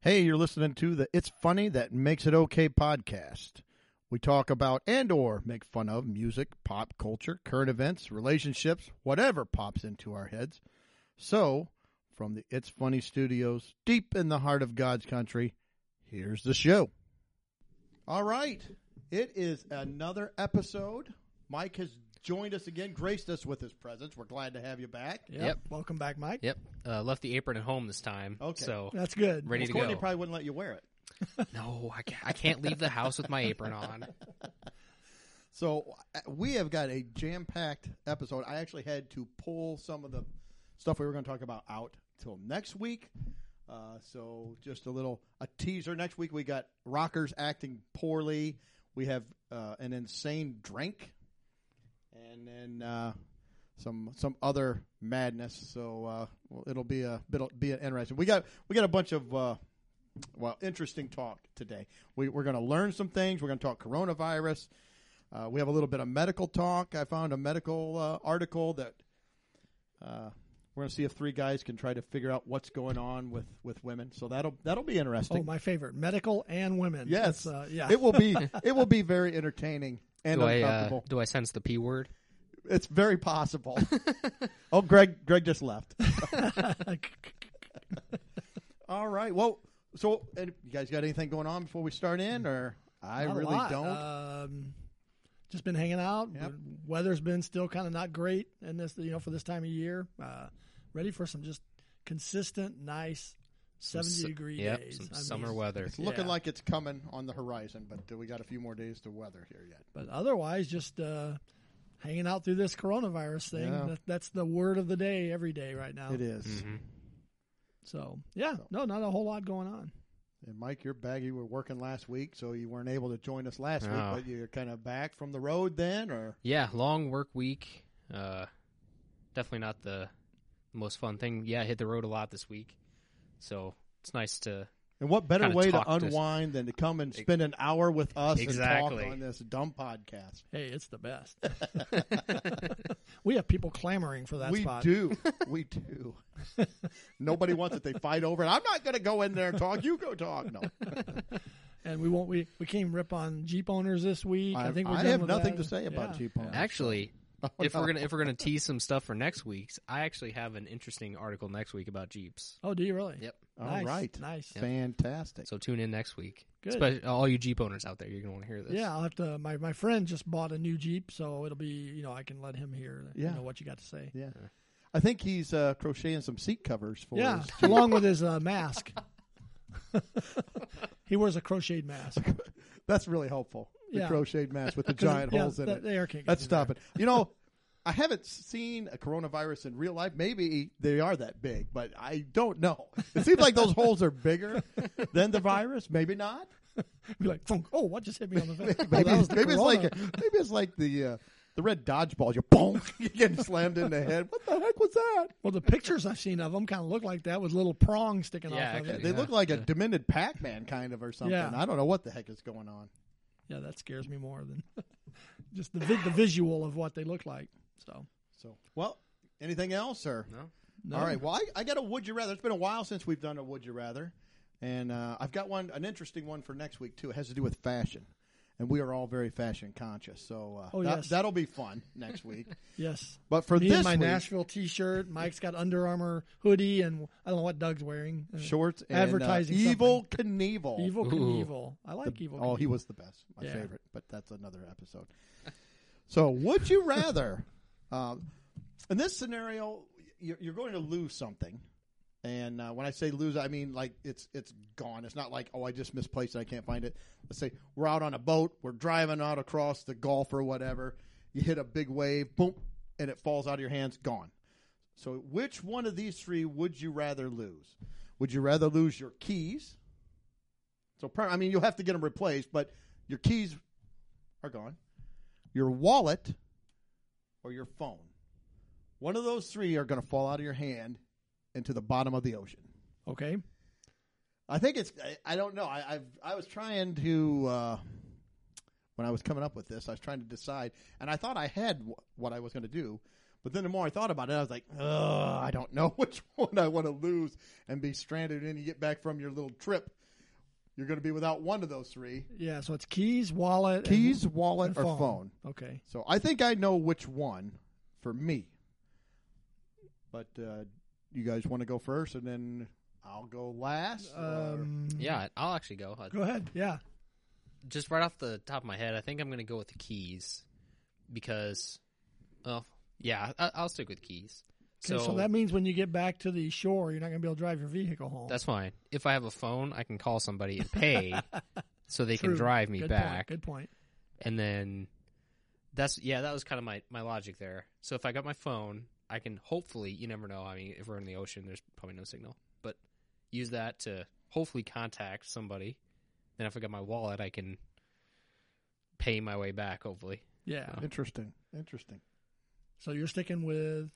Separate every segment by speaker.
Speaker 1: Hey, you're listening to the It's Funny That Makes It Okay podcast. We talk about and or make fun of music, pop culture, current events, relationships, whatever pops into our heads. So, from the It's Funny studios, deep in the heart of God's country, here's the show. All right. It is another episode. Mike has joined us again, graced us with his presence. We're glad to have you back.
Speaker 2: Yep.
Speaker 3: Welcome back, Mike.
Speaker 2: Yep. Uh, left the apron at home this time.
Speaker 1: Okay.
Speaker 2: So
Speaker 3: That's good.
Speaker 2: ready to
Speaker 1: Courtney
Speaker 2: go.
Speaker 1: probably wouldn't let you wear it.
Speaker 2: no, I can't, I can't leave the house with my apron on.
Speaker 1: So uh, we have got a jam-packed episode. I actually had to pull some of the stuff we were going to talk about out till next week. Uh, so just a little a teaser. Next week we got rockers acting poorly. We have uh, an insane drink, and then uh, some some other madness. So uh, well, it'll be a it'll be an interesting. We got we got a bunch of. Uh, well, interesting talk today. We, we're going to learn some things. We're going to talk coronavirus. Uh, we have a little bit of medical talk. I found a medical uh, article that uh, we're going to see if three guys can try to figure out what's going on with, with women. So that'll that'll be interesting.
Speaker 3: Oh, my favorite. Medical and women.
Speaker 1: yes,
Speaker 3: That's, Uh, yeah.
Speaker 1: it will be it will be very entertaining and
Speaker 2: Do I, uh,
Speaker 1: uncomfortable.
Speaker 2: do I sense the P word?
Speaker 1: it's very possible. oh, Greg, Greg just left. All right. Well, so and you guys got anything going on before we start in, or I
Speaker 3: Not a
Speaker 1: really
Speaker 3: lot.
Speaker 1: don't.
Speaker 3: Um, just been hanging out.
Speaker 1: Yep.
Speaker 3: The Weather's been still kind of not great, and this you know for this time of year. Uh, ready for some just consistent, nice seventy
Speaker 2: su-
Speaker 3: degree
Speaker 2: Yep.
Speaker 3: days.
Speaker 2: Some
Speaker 3: I mean,
Speaker 2: summer weather.
Speaker 1: it's looking
Speaker 3: yeah.
Speaker 1: like it's coming on the horizon, but uh, we got a few more days to weather here yet.
Speaker 3: But otherwise, just uh, hanging out through this coronavirus thing.
Speaker 1: Yeah.
Speaker 3: That, that's the word of the day every day right now.
Speaker 1: It is.
Speaker 2: Mm-hmm.
Speaker 3: So yeah, no, not a whole lot going on.
Speaker 1: And Mike, you're back. You were working last week, so you weren't able to join us last
Speaker 2: Oh.
Speaker 1: week. But you're kind of back from the road then, or
Speaker 2: Yeah. Long work week. Uh, definitely not the most fun thing. Yeah. I hit the road a lot this week. So it's nice to.
Speaker 1: and what better
Speaker 2: Kinda
Speaker 1: way to
Speaker 2: talk to-
Speaker 1: unwind than to come and spend an hour with us and
Speaker 2: Exactly.
Speaker 1: talk on this dumb podcast?
Speaker 3: Hey, it's the best. we have people clamoring for that
Speaker 1: we
Speaker 3: spot.
Speaker 1: do, we do. Nobody wants it. They fight over it. I'm not going to go in there and talk. You go talk. No,
Speaker 3: And we won't we we came rip on Jeep owners this week. I, think we're done
Speaker 1: have
Speaker 3: with
Speaker 1: nothing
Speaker 3: that.
Speaker 1: to say about
Speaker 3: Yeah.
Speaker 1: Jeep owners.
Speaker 2: Actually. if
Speaker 1: no.
Speaker 2: we're gonna if we're gonna tease some stuff for next week's, I actually have an interesting article next week about Jeeps.
Speaker 3: Oh, do you really?
Speaker 2: Yep.
Speaker 1: All
Speaker 3: nice,
Speaker 1: right.
Speaker 3: Nice.
Speaker 1: fantastic.
Speaker 2: So tune in next week.
Speaker 3: Good.
Speaker 2: Spe- all you Jeep owners out there, you're gonna want to hear this.
Speaker 3: Yeah, I'll have to my, my friend just bought a new Jeep, so it'll be you know, I can let him hear
Speaker 1: Yeah.
Speaker 3: you know what you got to say.
Speaker 1: yeah, I think he's uh, crocheting some seat covers for
Speaker 3: Yeah,
Speaker 1: his
Speaker 3: along with his uh, mask. he wears a crocheted mask.
Speaker 1: That's really helpful. The
Speaker 3: Yeah.
Speaker 1: crocheted mask with the giant
Speaker 3: Yeah,
Speaker 1: holes in
Speaker 3: that-
Speaker 1: it.
Speaker 3: they are kinky.
Speaker 1: That's stopping. You know, I haven't seen a coronavirus in real life. Maybe they are that big, but I don't know. It seems like those holes are bigger than the virus. Maybe not.
Speaker 3: Be like, "Thunk." oh, what just hit me on the face? Oh,
Speaker 1: Maybe,
Speaker 3: that was the
Speaker 1: maybe it's
Speaker 3: corona.
Speaker 1: like maybe it's like the uh, the red dodgeball. You boom, you getting slammed in the head. What the heck was that?
Speaker 3: Well, the pictures I've seen of them kind of look like that with little prongs sticking
Speaker 2: Yeah,
Speaker 3: off of
Speaker 2: actually.
Speaker 3: it.
Speaker 1: They look like a demented Pac-Man kind of or something.
Speaker 3: Yeah.
Speaker 1: I don't know what the heck is going on.
Speaker 3: Yeah, that scares me more than just the, vi- the visual of what they look like. So,
Speaker 1: So, well, anything else, sir?
Speaker 2: No?
Speaker 3: No.
Speaker 1: All right. Well, I, I got a would you rather. It's been a while since we've done a would you rather, and uh, I've got one, an interesting one for next week too. It has to do with fashion, and we are all very fashion conscious, so uh,
Speaker 3: Oh,
Speaker 1: that,
Speaker 3: yes.
Speaker 1: that'll be fun next week.
Speaker 3: yes.
Speaker 1: But for
Speaker 3: me
Speaker 1: this
Speaker 3: in my
Speaker 1: week,
Speaker 3: Nashville T-shirt. Mike's got Under Armour hoodie, and I don't know what Doug's wearing. Uh,
Speaker 1: shorts and
Speaker 3: Advertising
Speaker 1: uh, evil Knievel.
Speaker 3: Evil
Speaker 2: Ooh.
Speaker 3: Knievel. I like Evil.
Speaker 1: Oh, he
Speaker 3: Knievel.
Speaker 1: was the best, my
Speaker 3: Yeah.
Speaker 1: favorite. But that's another episode. So, would you rather? um, in this scenario, you're, you're going to lose something, and uh, when I say lose, I mean like it's it's gone. It's not like oh, I just misplaced it, I can't find it. Let's say we're out on a boat, we're driving out across the Gulf or whatever. You hit a big wave, boom, and it falls out of your hands, gone. So, which one of these three would you rather lose? Would you rather lose your keys? So, per- I mean, you'll have to get them replaced, but your keys are gone, your wallet, or your phone. One of those three are going to fall out of your hand into the bottom of the ocean.
Speaker 3: okay.
Speaker 1: I think it's. I, I don't know. I, I've. I was trying to. Uh, when I was coming up with this, I was trying to decide, and I thought I had wh- what I was going to do, But then the more I thought about it, I was like, Ugh, I don't know which one I want to lose and be stranded. And you get back from your little trip, you're going to be without one of those three
Speaker 3: Yeah, so it's keys, wallet, and-
Speaker 1: keys, wallet,
Speaker 3: and
Speaker 1: or phone.
Speaker 3: Okay.
Speaker 1: So I think I know which one for me. But uh, you guys want to go first, and then I'll go last. or-
Speaker 3: Um,
Speaker 2: Yeah, I'll actually go. Uh,
Speaker 3: Go ahead. Yeah.
Speaker 2: Just right off the top of my head, I think I'm going to go with the keys because, well, yeah, I, I'll stick with keys.
Speaker 3: Okay, so, that means when you get back to the shore, you're not going to be able to drive your vehicle home.
Speaker 2: That's fine. If I have a phone, I can call somebody and pay so they
Speaker 3: True.
Speaker 2: can drive me
Speaker 3: Good
Speaker 2: back.
Speaker 3: Point. Good point.
Speaker 2: And then that's yeah, that was kind of my my logic there. So if I got my phone, I can hopefully, you never know. I mean, if we're in the ocean, there's probably no signal, but use that to hopefully contact somebody. Then if I got my wallet, I can pay my way back hopefully.
Speaker 3: Yeah.
Speaker 1: interesting, interesting.
Speaker 3: So you're sticking with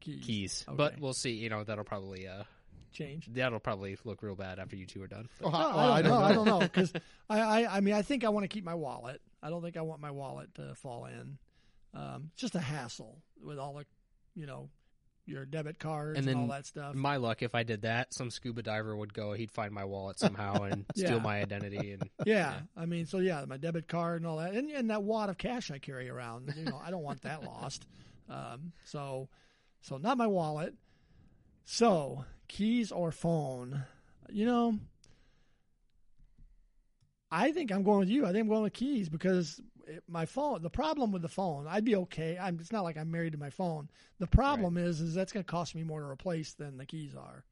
Speaker 3: keys.
Speaker 2: Keys.
Speaker 3: Okay.
Speaker 2: But we'll see, you know, that'll probably uh
Speaker 3: Change.
Speaker 2: that'll probably look real bad after you two are done. But-
Speaker 1: Oh,
Speaker 3: No,
Speaker 1: oh,
Speaker 3: Uh, I don't know. I
Speaker 1: know.
Speaker 3: don't know because I, I, I mean, I think I want to keep my wallet. I don't think I want my wallet to fall in. Um, it's just a hassle with all the, you know, your debit cards and,
Speaker 2: And
Speaker 3: all
Speaker 2: then
Speaker 3: that stuff.
Speaker 2: my luck if I did that, some scuba diver would go, he'd find my wallet somehow and
Speaker 3: Yeah.
Speaker 2: steal my identity and
Speaker 3: yeah, I mean, so yeah, my debit card and all that, and, and that wad of cash I carry around. You know, I don't want that lost. Um, so, so not my wallet. So keys or phone. You know, I think I'm going with you. I think I'm going with keys because it, my phone. The problem with the phone, I'd be okay. I'm, it's not like I'm married to my phone. The problem is, is that's going to cost me more to replace than the keys are.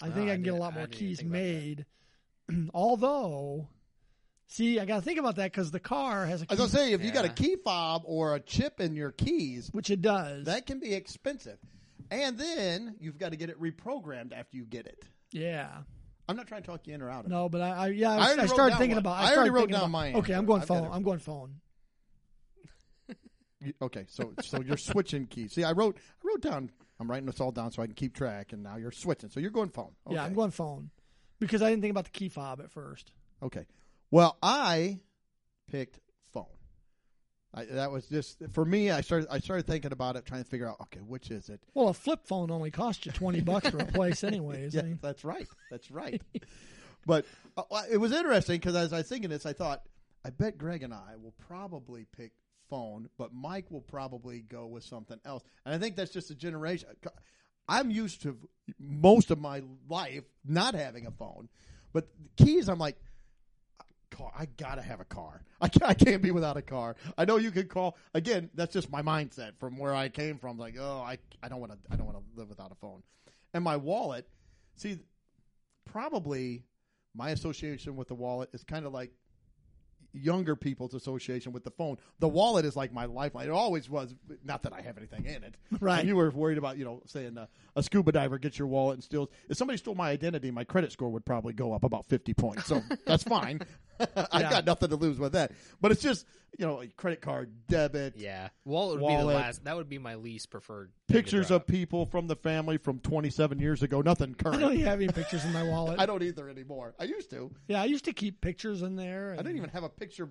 Speaker 3: I think
Speaker 2: Ah,
Speaker 3: I
Speaker 2: I
Speaker 3: can get a
Speaker 2: didn't-
Speaker 3: lot
Speaker 2: I
Speaker 3: more
Speaker 2: didn't even
Speaker 3: keys
Speaker 2: think about that.
Speaker 3: made. Although, see, I got to think about that because the car has a
Speaker 1: I
Speaker 3: key,
Speaker 1: was gonna say if you got a
Speaker 2: Yeah.
Speaker 1: key fob or a chip in your keys,
Speaker 3: which it does.
Speaker 1: that can be expensive, and then you've got to get it reprogrammed after you get it.
Speaker 3: yeah,
Speaker 1: I'm not trying to talk you in or out of it.
Speaker 3: no, but I, I yeah, I,
Speaker 1: I
Speaker 3: was-
Speaker 1: already
Speaker 3: I
Speaker 1: wrote
Speaker 3: started
Speaker 1: down
Speaker 3: thinking
Speaker 1: one.
Speaker 3: about.
Speaker 1: I already
Speaker 3: started
Speaker 1: wrote
Speaker 3: thinking
Speaker 1: down
Speaker 3: about-
Speaker 1: my
Speaker 3: Okay,
Speaker 1: answer.
Speaker 3: I'm going
Speaker 1: I've got
Speaker 3: phone.
Speaker 1: it.
Speaker 3: I'm going phone.
Speaker 1: You- Okay, so so you're switching keys. See, I wrote I wrote down. I'm writing this all down so I can keep track. And now you're switching. So you're going phone. Okay.
Speaker 3: Yeah, I'm going phone because I didn't think about the key fob at first.
Speaker 1: Okay. Well, I picked phone. I, that was just for me. I started. I started thinking about it, trying to figure out. Okay, which is it?
Speaker 3: Well, a flip phone only costs you twenty bucks to replace, anyways.
Speaker 1: Yeah,
Speaker 3: I mean,
Speaker 1: that's right. That's right. but uh, well, it was interesting because as I was thinking this, I thought, I bet Greg and I will probably pick phone, but Mike will probably go with something else. And I think that's just a generation. uh, I'm used to most of my life not having a phone, but keys, I'm like, car. I gotta have a car. I can't, I can't be without a car. I know you can call. Again, that's just my mindset from where I came from. Like, oh, I, I don't want to. I don't want to live without a phone. And my wallet. See, probably my association with the wallet is kind of like younger people's association with the phone. The wallet is like my lifeline. It always was. Not that I have anything in it.
Speaker 3: Right.
Speaker 1: And you were worried about, you know, saying uh, a scuba diver gets your wallet and steals. If somebody stole my identity, my credit score would probably go up about 50 points. So that's fine. I've
Speaker 3: Yeah.
Speaker 1: got nothing to lose with that. But it's just, you know, like credit card, debit,
Speaker 2: Yeah, wallet would be
Speaker 1: Wallet.
Speaker 2: the last. That would be my least preferred. thing to
Speaker 1: pictures
Speaker 2: drop.
Speaker 1: of people from the family from 27 years ago. Nothing
Speaker 3: I don't
Speaker 1: current.
Speaker 3: even have any pictures in my wallet.
Speaker 1: I don't either anymore. I used to.
Speaker 3: yeah, I used to keep pictures in there.
Speaker 1: I
Speaker 3: And,
Speaker 1: didn't even have a picture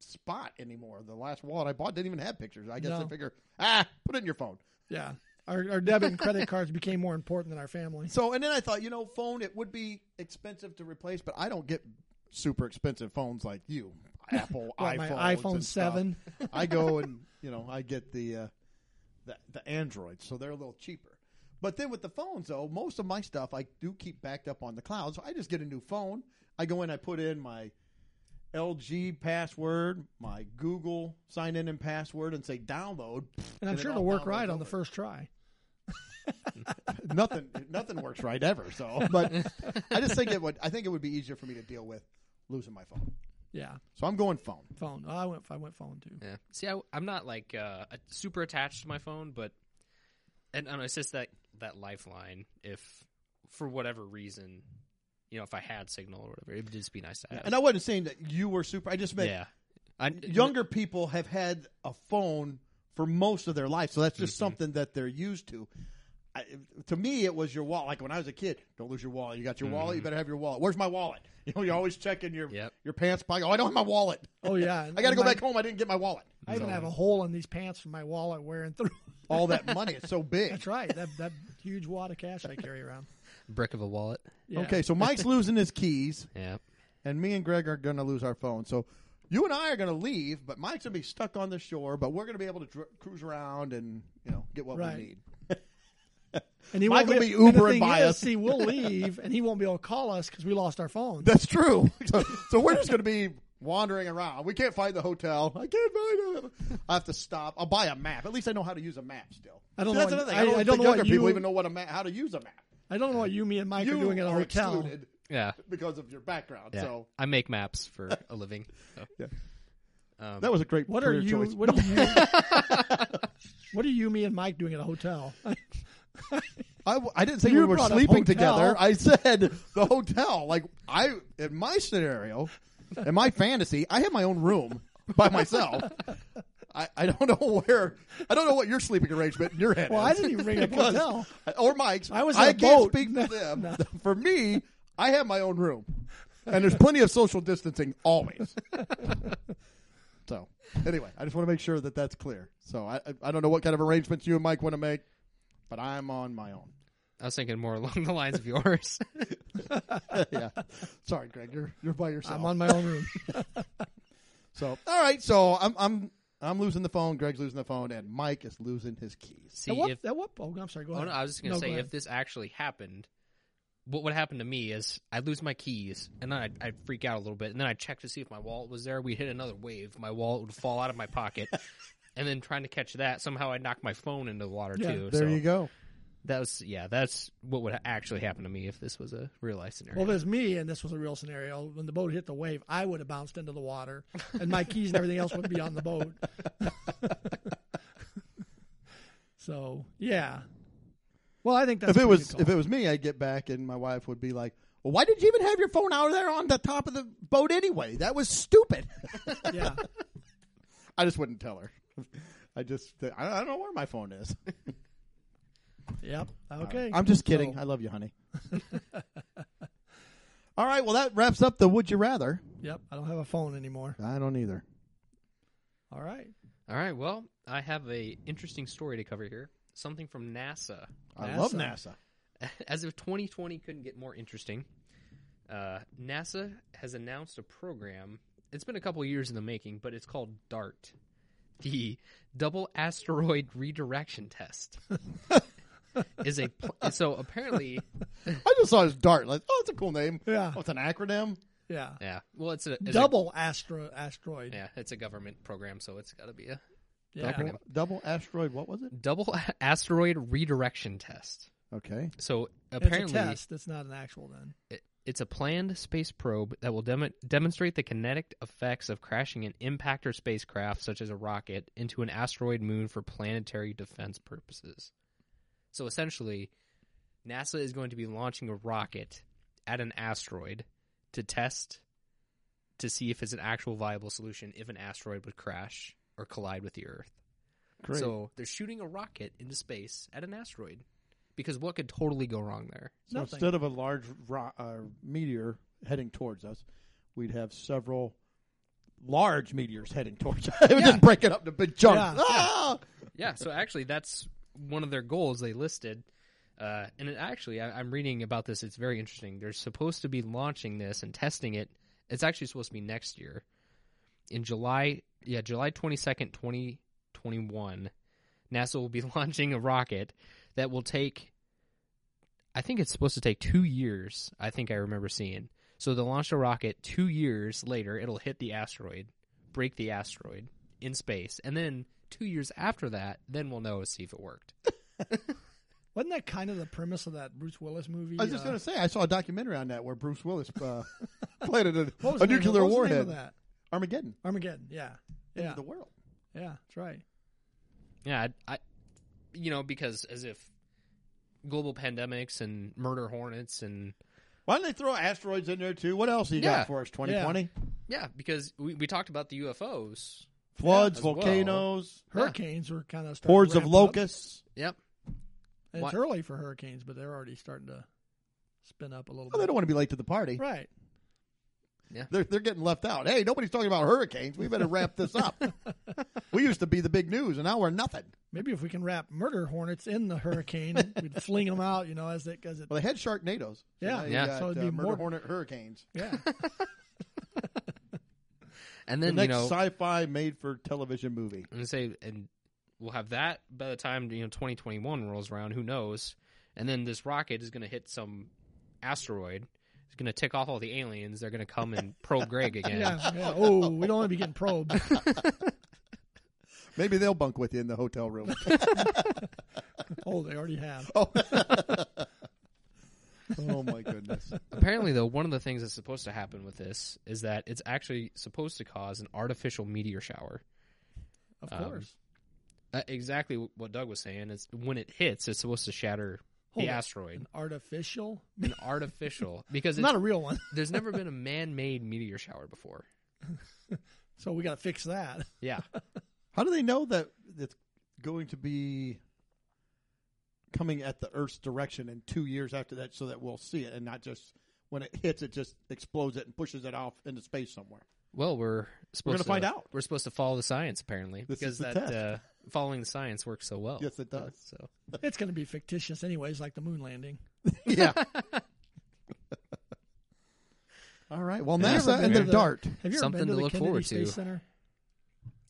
Speaker 1: spot anymore. The last wallet I bought didn't even have pictures. I guess
Speaker 3: No.
Speaker 1: I figure, ah, put it in your phone.
Speaker 3: Yeah, our, our debit and credit cards became more important than our family.
Speaker 1: So, and then I thought, you know, phone, it would be expensive to replace, but I don't get super expensive phones like you. Apple,
Speaker 3: What,
Speaker 1: iPhones.
Speaker 3: my iPhone
Speaker 1: and stuff.
Speaker 3: seven.
Speaker 1: I go and, you know, I get the, uh, the, the Androids, so they're a little cheaper. But then with the phones, though, most of my stuff I do keep backed up on the cloud. So I just get a new phone. I go in, I put in my LG password, my Google sign in and password, and say download.
Speaker 3: And I'm
Speaker 1: And it
Speaker 3: sure
Speaker 1: all
Speaker 3: it'll work
Speaker 1: downloads
Speaker 3: right on
Speaker 1: over.
Speaker 3: the first try.
Speaker 1: nothing nothing works right ever. So, but I just think it would. I think it would be easier for me to deal with losing my phone.
Speaker 3: Yeah,
Speaker 1: So I'm going phone.
Speaker 3: phone. Oh, I went. I went phone too.
Speaker 2: Yeah. See, I, am not like uh, a- super attached to my phone, but and, and it's just that that lifeline. If for whatever reason, you know, if I had signal or whatever, it'd just be nice to have.
Speaker 1: And I wasn't saying that you were super. I just meant
Speaker 2: yeah. I,
Speaker 1: younger people have had a phone for most of their life, so that's just something that they're used to. I, to me, it was your wallet. Like when I was a kid, don't lose your wallet. You got your wallet. You better have your wallet. Where's my wallet? You know, you're always checking your
Speaker 2: Yep.
Speaker 1: your pants pocket. Oh, I don't have my wallet.
Speaker 3: Oh yeah,
Speaker 1: I got to
Speaker 3: And
Speaker 1: go
Speaker 3: my-
Speaker 1: back home. I didn't get my wallet.
Speaker 3: I even have a hole in these pants from my wallet wearing through.
Speaker 1: all that money. It's so big.
Speaker 3: That's right. That that huge wad of cash I carry around.
Speaker 2: Brick of a wallet.
Speaker 3: Yeah.
Speaker 1: Okay, so Mike's losing his keys,
Speaker 2: Yeah.
Speaker 1: and me and Greg are going to lose our phone. So you and I are going to leave, but Mike's going to be stuck on the shore. But we're going to be able to dr- cruise around and you know get what
Speaker 3: Right.
Speaker 1: we need.
Speaker 3: And he
Speaker 1: Mike
Speaker 3: won't
Speaker 1: will
Speaker 3: be,
Speaker 1: be
Speaker 3: and the
Speaker 1: Ubering
Speaker 3: thing
Speaker 1: by
Speaker 3: is,
Speaker 1: us.
Speaker 3: See, we'll leave, and he won't be able to call us because we lost our phone.
Speaker 1: That's true. so, so we're just going to be wandering around. We can't find the hotel. I can't find it. I have to stop. I'll buy a map. At least I know how to use a map still.
Speaker 3: I don't
Speaker 1: See,
Speaker 3: know
Speaker 1: That's
Speaker 3: what-
Speaker 1: another thing.
Speaker 3: I-
Speaker 1: I don't,
Speaker 3: I don't
Speaker 1: think
Speaker 3: know
Speaker 1: other
Speaker 3: what
Speaker 1: people
Speaker 3: you-
Speaker 1: even know what a map, how to use a map.
Speaker 3: I don't know what you, me, and Mike
Speaker 1: you
Speaker 3: are doing at a
Speaker 1: are
Speaker 3: hotel.
Speaker 1: excluded
Speaker 2: Yeah.
Speaker 1: because of your background.
Speaker 2: Yeah.
Speaker 1: So
Speaker 2: I make maps for a living. So.
Speaker 1: Yeah.
Speaker 2: Um,
Speaker 1: that was a great
Speaker 3: What are
Speaker 1: career
Speaker 3: you?
Speaker 1: choice.
Speaker 3: What are you? what are you, me, and Mike doing at a hotel?
Speaker 1: I, w- I didn't say
Speaker 3: You
Speaker 1: we were
Speaker 3: brought up
Speaker 1: sleeping
Speaker 3: hotel.
Speaker 1: together. I said the hotel. Like I, in my scenario, in my fantasy, I have my own room by myself. I, I don't know where. I don't know what your sleeping arrangement in your head
Speaker 3: Well,
Speaker 1: is.
Speaker 3: I didn't even ring up
Speaker 1: Because-
Speaker 3: hotel.
Speaker 1: or Mike's.
Speaker 3: I was in
Speaker 1: I
Speaker 3: a
Speaker 1: can't
Speaker 3: boat.
Speaker 1: speak
Speaker 3: No,
Speaker 1: to them.
Speaker 3: no.
Speaker 1: For me, I have my own room, and there's plenty of social distancing always. so anyway, I just want to make sure that that's clear. So I I- I don't know what kind of arrangements you and Mike want to make, but I'm on my own.
Speaker 2: I was thinking more along the lines of yours.
Speaker 1: yeah. Sorry, Greg, you're you're by yourself.
Speaker 3: I'm on my own room.
Speaker 1: so all right, so I'm I'm I'm losing the phone. Greg's losing the phone, and Mike is losing his keys.
Speaker 2: See
Speaker 3: At what,
Speaker 2: if
Speaker 3: at what- oh, I'm sorry. Go
Speaker 2: Oh,
Speaker 3: ahead.
Speaker 2: no, I was just gonna
Speaker 3: No,
Speaker 2: say
Speaker 3: go
Speaker 2: if
Speaker 3: ahead.
Speaker 2: this actually happened, what would happen to me is I would lose my keys and then I'd, I'd freak out a little bit and then I'd check to see if my wallet was there. We'd hit another wave, my wallet would fall out of my pocket, and then trying to catch that somehow I'd knock my phone into the water
Speaker 3: Yeah,
Speaker 2: too.
Speaker 1: There
Speaker 2: so
Speaker 1: you go.
Speaker 2: That was yeah, that's what would actually happen to me if this was a real life scenario.
Speaker 3: Well, if it was me, and this was a real scenario, when the boat hit the wave, I would have bounced into the water, and my keys and everything else would be on the boat. so, yeah. Well, I think that's
Speaker 1: if
Speaker 3: a
Speaker 1: it
Speaker 3: pretty
Speaker 1: was
Speaker 3: good
Speaker 1: if
Speaker 3: call.
Speaker 1: it was me, I'd get back, and my wife would be like, "Well, why did you even have your phone out there on the top of the boat anyway? That was stupid."
Speaker 3: yeah,
Speaker 1: I just wouldn't tell her. I just I I don't know where my phone is.
Speaker 3: yep, okay.
Speaker 1: I'm just kidding.
Speaker 3: So,
Speaker 1: I love you, honey. all right. Well, that wraps up the Would You Rather.
Speaker 3: yep, I don't have a phone anymore.
Speaker 1: I don't either.
Speaker 3: All right,
Speaker 2: All right, well, I have a interesting story to cover here. Something from NASA.
Speaker 1: I love
Speaker 3: NASA.
Speaker 1: NASA.
Speaker 2: as if 2020 couldn't get more interesting, uh, NASA has announced a program. It's been a couple of years in the making, but it's called DART, the Double Asteroid Redirection Test. is a pl- so apparently,
Speaker 1: I just saw his dart. Like, oh, it's a cool name.
Speaker 3: Yeah.
Speaker 1: Oh, it's an acronym.
Speaker 3: yeah.
Speaker 2: yeah. Well, it's a it's a-
Speaker 3: Double astro asteroid.
Speaker 2: yeah, it's a government program, so it's got to be a
Speaker 3: Yeah.
Speaker 1: Double, double asteroid. What was it?
Speaker 2: double asteroid redirection test.
Speaker 1: Okay.
Speaker 2: So
Speaker 3: It's
Speaker 2: apparently,
Speaker 3: a test. It's not an actual then.
Speaker 2: it- it's a planned space probe that will dem- demonstrate the kinetic effects of crashing an impactor spacecraft, such as a rocket, into an asteroid moon for planetary defense purposes. So essentially, NASA is going to be launching a rocket at an asteroid to test to see if it's an actual viable solution if an asteroid would crash or collide with the Earth.
Speaker 1: Great.
Speaker 2: So they're shooting a rocket into space at an asteroid because what could totally go wrong there?
Speaker 1: So
Speaker 3: Nothing.
Speaker 1: instead of a large ro- uh, meteor heading towards us, we'd have several large meteors heading towards us. it would just break it up to big chunks.
Speaker 3: Yeah, yeah.
Speaker 1: Ah!
Speaker 2: yeah so actually that's one of their goals they listed uh, and it actually I, i'm reading about this it's very interesting they're supposed to be launching this and testing it it's actually supposed to be next year in july yeah july 22nd 2021 nasa will be launching a rocket that will take i think it's supposed to take two years i think i remember seeing so they'll launch a rocket two years later it'll hit the asteroid break the asteroid in space and then two years after that then we'll know see if it worked
Speaker 3: Wasn't that kind of the premise of that Bruce Willis movie?
Speaker 1: I was just
Speaker 3: uh,
Speaker 1: going to say, I saw a documentary on that where Bruce Willis uh, planted a,
Speaker 3: what was
Speaker 1: a
Speaker 3: the name-
Speaker 1: nuclear
Speaker 3: what was the name of
Speaker 1: warhead.
Speaker 3: that?
Speaker 1: Armageddon.
Speaker 3: Armageddon. Yeah.
Speaker 1: Into
Speaker 3: Yeah.
Speaker 1: the world.
Speaker 3: Yeah. That's right.
Speaker 2: yeah I, I you know because as if global pandemics and murder hornets and
Speaker 1: Why don't they throw asteroids in there too? What else you
Speaker 2: Yeah.
Speaker 1: got for us? 2020?
Speaker 2: yeah because we, we talked about the ufos
Speaker 1: Floods,
Speaker 2: As well.
Speaker 1: volcanoes,
Speaker 2: Yeah.
Speaker 3: Hurricanes were kind of
Speaker 1: hordes of locusts.
Speaker 2: yep
Speaker 3: It's
Speaker 2: What-
Speaker 3: early for hurricanes, but they're already starting to spin up a little
Speaker 1: Oh, they
Speaker 3: bit.
Speaker 1: don't want to be late to the party.
Speaker 3: Right.
Speaker 2: Yeah.
Speaker 1: They're, they're getting left out. Hey, nobody's talking about hurricanes. We better wrap this up. we used to be the big news, and now we're nothing.
Speaker 3: Maybe if we can wrap murder hornets in the hurricane, we'd fling them out. You know, as it as it.
Speaker 1: Well, they had Sharknadoes. So
Speaker 3: Yeah.
Speaker 1: now you
Speaker 2: Yeah.
Speaker 1: Got,
Speaker 3: So it'd
Speaker 1: uh,
Speaker 3: be
Speaker 1: murder
Speaker 3: more-
Speaker 1: hornet hurricanes.
Speaker 3: Yeah.
Speaker 2: And
Speaker 1: The
Speaker 2: then you
Speaker 1: next
Speaker 2: know,
Speaker 1: sci-fi made-for-television movie.
Speaker 2: I'm gonna say, and we'll have that by the time you know 2021 rolls around. Who knows? And then this rocket is gonna hit some asteroid. It's gonna tick off all the aliens. They're gonna come and probe Greg again.
Speaker 3: Yeah. yeah. Oh, we don't want to be getting probed.
Speaker 1: Maybe they'll bunk with you in the hotel room.
Speaker 3: Oh, they already have.
Speaker 1: oh. oh my goodness!
Speaker 2: Apparently, though, one of the things that's supposed to happen with this is that it's actually supposed to cause an artificial meteor shower.
Speaker 3: Of
Speaker 2: Um,
Speaker 3: course.
Speaker 2: Uh, exactly what Doug was saying. It's when it hits, it's supposed to shatter
Speaker 3: Hold
Speaker 2: the
Speaker 3: on.
Speaker 2: asteroid.
Speaker 3: An artificial,
Speaker 2: An artificial, because it's,
Speaker 3: not a real one.
Speaker 2: there's never been a man-made meteor shower before.
Speaker 3: So we got to fix that.
Speaker 2: Yeah,
Speaker 1: How do they know that it's going to be coming at the Earth's direction in two years after that, so that we'll see it and not just when it hits, it just explodes it and pushes it off into space somewhere.
Speaker 2: Well, we're supposed
Speaker 1: gonna
Speaker 2: to
Speaker 1: find out.
Speaker 2: We're supposed to follow the science, apparently,
Speaker 1: This
Speaker 2: because
Speaker 1: is the
Speaker 2: that
Speaker 1: test.
Speaker 2: Uh, following the science works so well. Uh,
Speaker 1: Yes, it does.
Speaker 2: So
Speaker 3: It's going to be fictitious, anyways, like the moon landing.
Speaker 1: Yeah. All right. Well,
Speaker 2: Yeah.
Speaker 1: NASA and their
Speaker 3: Yeah.
Speaker 1: dart.
Speaker 3: Have you ever
Speaker 2: Something
Speaker 3: been to,
Speaker 2: to
Speaker 3: the
Speaker 2: look
Speaker 3: Kennedy
Speaker 2: forward to.
Speaker 3: Space Center?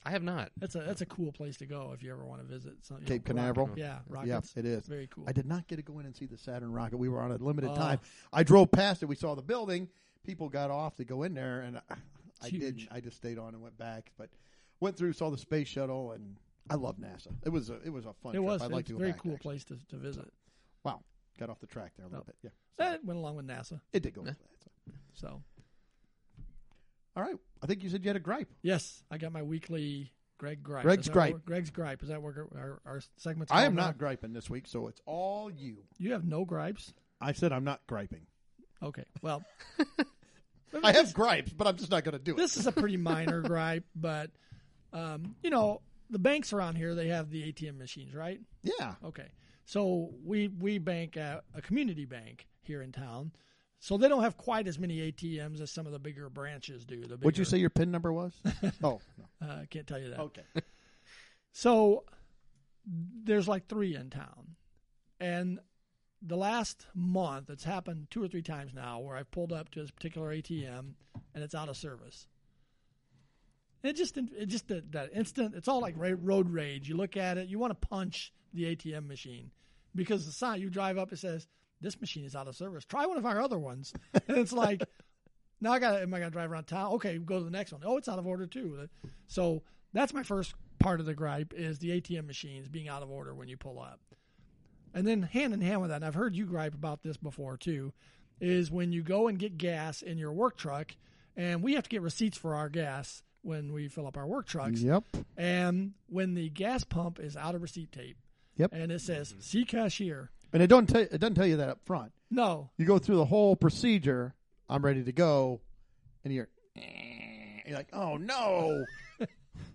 Speaker 2: I have not.
Speaker 3: That's a that's a cool place to go if you ever want to visit. So, you know,
Speaker 1: Cape
Speaker 3: rocket-
Speaker 1: Canaveral.
Speaker 3: yeah,
Speaker 1: Yeah,
Speaker 3: rockets.
Speaker 1: it is.
Speaker 3: Very cool.
Speaker 1: I did not get to go in and see the Saturn rocket. We were on a limited
Speaker 3: Oh.
Speaker 1: time. I drove past it. We saw the building. People got off to go in there, and I, I
Speaker 3: huge.
Speaker 1: didn't. I just stayed on and went back, but went through, saw the space shuttle, and I love NASA. It was a, it was a fun.
Speaker 3: it
Speaker 1: trip.
Speaker 3: was
Speaker 1: I'd
Speaker 3: it
Speaker 1: like
Speaker 3: was
Speaker 1: to
Speaker 3: a
Speaker 1: go
Speaker 3: very
Speaker 1: back,
Speaker 3: cool
Speaker 1: actually.
Speaker 3: place to, to visit.
Speaker 1: Wow, got off the track there a little
Speaker 3: Oh.
Speaker 1: bit. Yeah,
Speaker 3: That went along with NASA.
Speaker 1: it did go.
Speaker 2: Yeah.
Speaker 1: over that, so.
Speaker 3: So
Speaker 1: All right. I think you said you had a gripe.
Speaker 3: yes, I got my weekly Greg gripe.
Speaker 1: Greg's
Speaker 3: Is that
Speaker 1: gripe.
Speaker 3: what- Greg's gripe. Is that where our, our segments?
Speaker 1: I
Speaker 3: called
Speaker 1: am
Speaker 3: now?
Speaker 1: not griping this week, so it's all you.
Speaker 3: You have no gripes.
Speaker 1: I said I'm not griping.
Speaker 3: Okay. Well,
Speaker 1: I have gripes, but I'm just not going to do it.
Speaker 3: this is a pretty minor gripe, but um, you know the banks around here they have the ATM machines, right?
Speaker 1: yeah.
Speaker 3: Okay. So we we bank at a community bank here in town. So they don't have quite as many ATMs as some of the bigger branches do. The
Speaker 1: What'd you Oh,
Speaker 3: bigger-
Speaker 1: say your pin number was? oh, no.
Speaker 3: Uh, I can't tell you that.
Speaker 1: okay.
Speaker 3: So there's like three in town. And the last month, it's happened two or three times now where I've pulled up to this particular ATM and it's out of service. And it just, it just that, that instant, it's all like ra- road rage. You look at it, you want to punch the ATM machine because the sign you drive up, it says, this machine is out of service. Try one of our other ones. And it's like, now I got. Am I gonna drive around town? Okay, go to the next one. Oh, it's out of order too. So that's my first part of the gripe is the ATM machines being out of order when you pull up. And then hand in hand with that, and I've heard you gripe about this before too, is when you go and get gas in your work truck, and we have to get receipts for our gas when we fill up our work trucks.
Speaker 1: Yep.
Speaker 3: And when the gas pump is out of receipt tape,
Speaker 1: Yep.
Speaker 3: and it says
Speaker 1: Mm-hmm.
Speaker 3: see cashier.
Speaker 1: And it don't tell it doesn't tell you that up front.
Speaker 3: No,
Speaker 1: You go through the whole procedure. I'm ready to go, and you're you're like, oh no,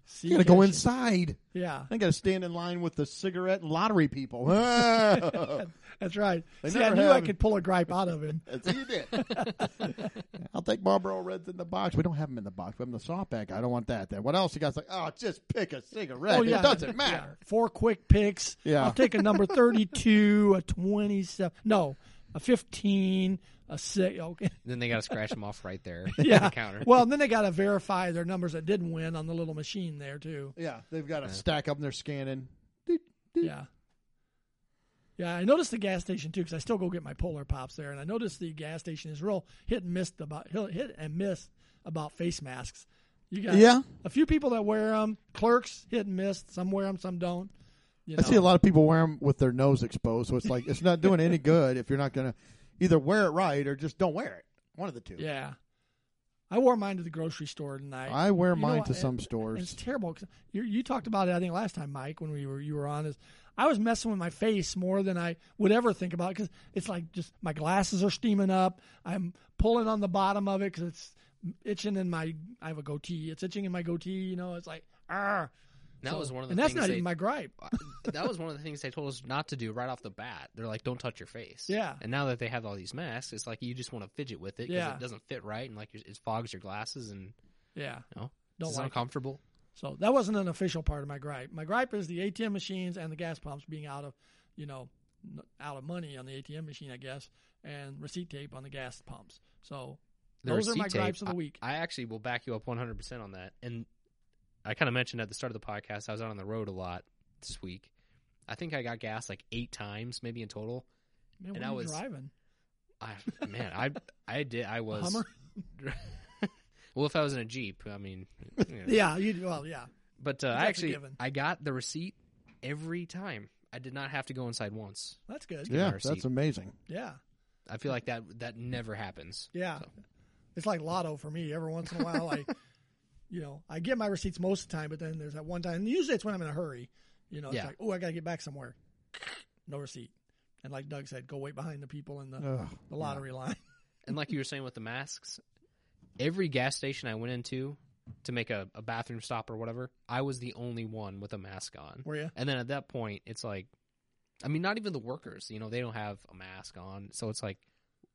Speaker 3: see
Speaker 1: you gotta go
Speaker 3: cashier.
Speaker 1: inside.
Speaker 3: Yeah,
Speaker 1: I gotta stand in line with the cigarette and lottery people. Ah.
Speaker 3: that's right.
Speaker 1: They
Speaker 3: See, I
Speaker 1: never
Speaker 3: knew I
Speaker 1: have-
Speaker 3: could pull a gripe out of him.
Speaker 1: That's what you did. I'll take Marlboro Reds in the box. We don't have them in the box. We have them in the soft bag. I don't want that. Then what else? You guys like, oh, just pick a cigarette. It doesn't matter.
Speaker 3: Yeah. Four quick picks.
Speaker 1: Oh, Yeah.
Speaker 3: I'll take a number 32, a 27. No, a 15, a 6. Okay.
Speaker 2: Then they got to scratch them off right there
Speaker 3: Yeah.
Speaker 2: on the counter.
Speaker 3: Well, then they got to verify their numbers that didn't win on the little machine there, too.
Speaker 1: Yeah, they've got to stack up. and They're scanning. Doot, doot.
Speaker 3: Yeah. Yeah, I noticed the gas station too because I still go get my Polar Pops there, and I noticed the gas station is real hit and missed about hit and miss about face masks. You got
Speaker 1: Yeah.
Speaker 3: a few people that wear them. Clerks hit and miss. Some wear them, some don't. You
Speaker 1: I
Speaker 3: know.
Speaker 1: see a lot of people wear them with their nose exposed, so it's like it's not doing any good if you're not going to either wear it right or just don't wear it. One of the two.
Speaker 3: Yeah. I wore mine to the grocery store tonight.
Speaker 1: I wear
Speaker 3: You know
Speaker 1: mine
Speaker 3: what?
Speaker 1: to some
Speaker 3: And- and It's
Speaker 1: stores.
Speaker 3: terrible. 'cause You, you talked about it, I think, last time, Mike, when we were you were on. Is I was messing with my face more than I would ever think about because it's like just my glasses are steaming up. I'm pulling on the bottom of it because it's itching in my. I have a goatee. It's itching in my goatee. You know, it's like ah.
Speaker 2: That
Speaker 3: So-
Speaker 2: was one of the
Speaker 3: and that's
Speaker 2: things
Speaker 3: not
Speaker 2: they,
Speaker 3: even my gripe.
Speaker 2: that was one of the things they told us not to do right off the bat. They're like, don't touch your face.
Speaker 3: Yeah.
Speaker 2: And now that they have all these masks, it's like you just want to fidget with it because
Speaker 3: Yeah.
Speaker 2: it doesn't fit right and like it fogs your glasses and
Speaker 3: Yeah.
Speaker 2: No.
Speaker 3: Don't
Speaker 2: it's
Speaker 3: like it.
Speaker 2: uncomfortable.
Speaker 3: So that wasn't an official part of my gripe. My gripe is the ATM machines and the gas pumps being out of, you know, n- out of money on the ATM machine, I guess, and receipt tape on the gas pumps. So
Speaker 2: The
Speaker 3: those are my
Speaker 2: receipt tape,
Speaker 3: gripes of the week.
Speaker 2: I actually will back you up 100% on that. And I kind of mentioned at the start of the podcast, I was out on the road a lot this week. I think I got gas like eight times, maybe in total.
Speaker 3: Man,
Speaker 2: and
Speaker 3: what
Speaker 2: I
Speaker 3: are you
Speaker 2: was-
Speaker 3: driving
Speaker 2: I, man, I, I did, I
Speaker 3: a
Speaker 2: was.
Speaker 3: Hummer.
Speaker 2: well, if I was in a Jeep, I mean, you know.
Speaker 3: Yeah, you well, yeah,
Speaker 2: but uh, I
Speaker 3: That's a
Speaker 2: actually,
Speaker 3: given.
Speaker 2: I got the receipt every time. I did not have to go inside once.
Speaker 3: that's good. Yeah,
Speaker 1: Yeah,
Speaker 2: our
Speaker 1: that's
Speaker 2: seat.
Speaker 1: amazing.
Speaker 3: yeah.
Speaker 2: I
Speaker 3: Hmm.
Speaker 2: feel like that, that never happens. So.
Speaker 3: It's like lotto for me. Every once in a while, I, you know, I get my receipts most of the time, but then there's that one time, and usually it's when I'm in a hurry. You know, it's
Speaker 2: Yeah.
Speaker 3: like, oh, I got to get back somewhere. No receipt. And like Doug said, go wait behind the people in the,
Speaker 1: Ugh.
Speaker 3: the lottery line.
Speaker 2: And like you were saying with the masks, every gas station I went into to make a, a bathroom stop or whatever, I was the only one with a mask on.
Speaker 3: Were you?
Speaker 2: And then at that point, it's like, I mean, not even the workers, you know, they don't have a mask on. So it's like,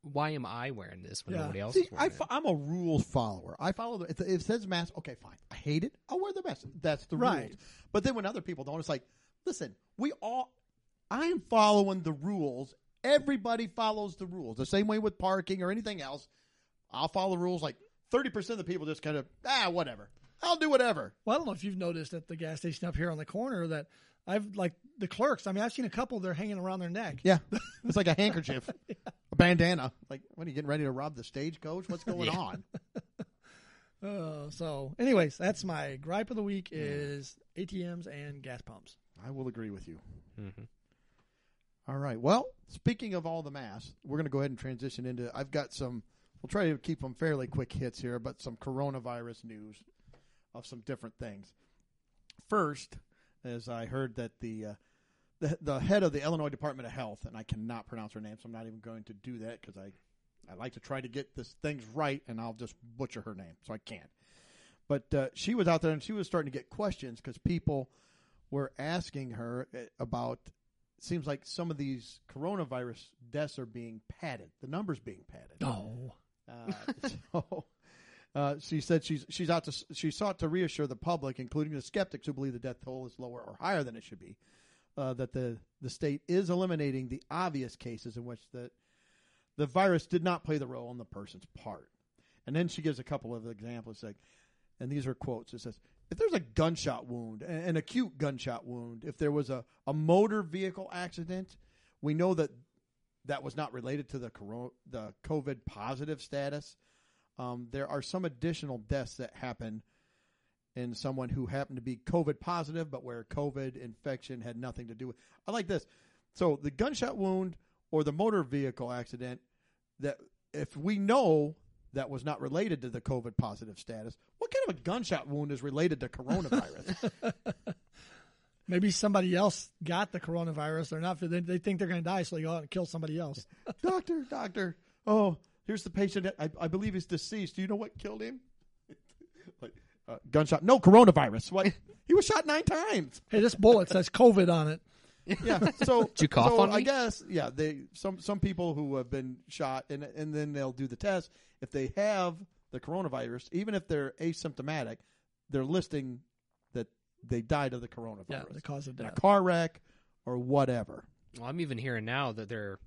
Speaker 2: why am I wearing this when
Speaker 3: Yeah.
Speaker 2: nobody else
Speaker 1: See,
Speaker 2: is
Speaker 1: I
Speaker 2: wearing it?
Speaker 1: am a rule follower. I follow the. If it says mask, okay, fine. I hate it. I'll wear the mask. That's the
Speaker 3: Right.
Speaker 1: rules. But then when other people don't, it's like, listen, we all. I'm following the rules. Everybody follows the rules. The same way with parking or anything else. I'll follow the rules. Like 30% of the people just kind of, ah, whatever. I'll do whatever.
Speaker 3: Well, I don't know if you've noticed at the gas station up here on the corner that I've like the clerks. I mean, I've seen a couple they're hanging around their neck.
Speaker 1: Yeah. It's like a handkerchief, a bandana. Like, what are you getting ready to rob the stagecoach? What's going
Speaker 2: Yeah.
Speaker 1: on?
Speaker 3: Uh, so, anyways, that's my gripe of the week is ATMs and gas pumps.
Speaker 1: I will agree with you.
Speaker 2: Mhm.
Speaker 1: All right. Well, speaking of all the mass, we're going to go ahead and transition into. I've got some. We'll try to keep them fairly quick hits here, but some coronavirus news of some different things. First, as I heard that the uh, the, the head of the Illinois Department of Health, and I cannot pronounce her name, so I'm not even going to do that because I I like to try to get this things right, and I'll just butcher her name, so I can't. But uh, she was out there, and she was starting to get questions because people were asking her uh, about seems like some of these coronavirus deaths are being padded. The numbers being padded.
Speaker 3: No.
Speaker 1: Uh, so uh, she said she's she's out to she sought to reassure the public, including the skeptics who believe the death toll is lower or higher than it should be, uh, that the the state is eliminating the obvious cases in which the the virus did not play the role on the person's part. And then she gives a couple of examples, like, and these are quotes. It says, if there's a gunshot wound, a- an acute gunshot wound, if there was a, a motor vehicle accident, we know that that was not related to the corona, the COVID positive status. Um, there are some additional deaths that happen in someone who happened to be COVID positive, but where COVID infection had nothing to do with. I like this. So the gunshot wound or the motor vehicle accident that if we know that was not related to the COVID positive status, what kind of a gunshot wound is related to coronavirus?
Speaker 3: Maybe somebody else got the coronavirus. They're not. They, they think they're going to die, so they go out and kill somebody else.
Speaker 1: doctor, doctor. Oh, here's the patient. I, I believe he's deceased. Do you know what killed him? like, uh, gunshot. No, coronavirus. What? he was shot nine times.
Speaker 3: Hey, this bullet says COVID on it.
Speaker 1: Yeah. So did
Speaker 2: you cough
Speaker 1: so
Speaker 2: on
Speaker 1: I
Speaker 2: me?
Speaker 1: guess yeah. They some some people who have been shot and and then they'll do the test. If they have the coronavirus, even if they're asymptomatic, they're listing that they died of the coronavirus.
Speaker 3: Yeah, the cause of
Speaker 1: in a
Speaker 3: death.
Speaker 1: car wreck or whatever.
Speaker 2: Well, I'm even hearing now that they're,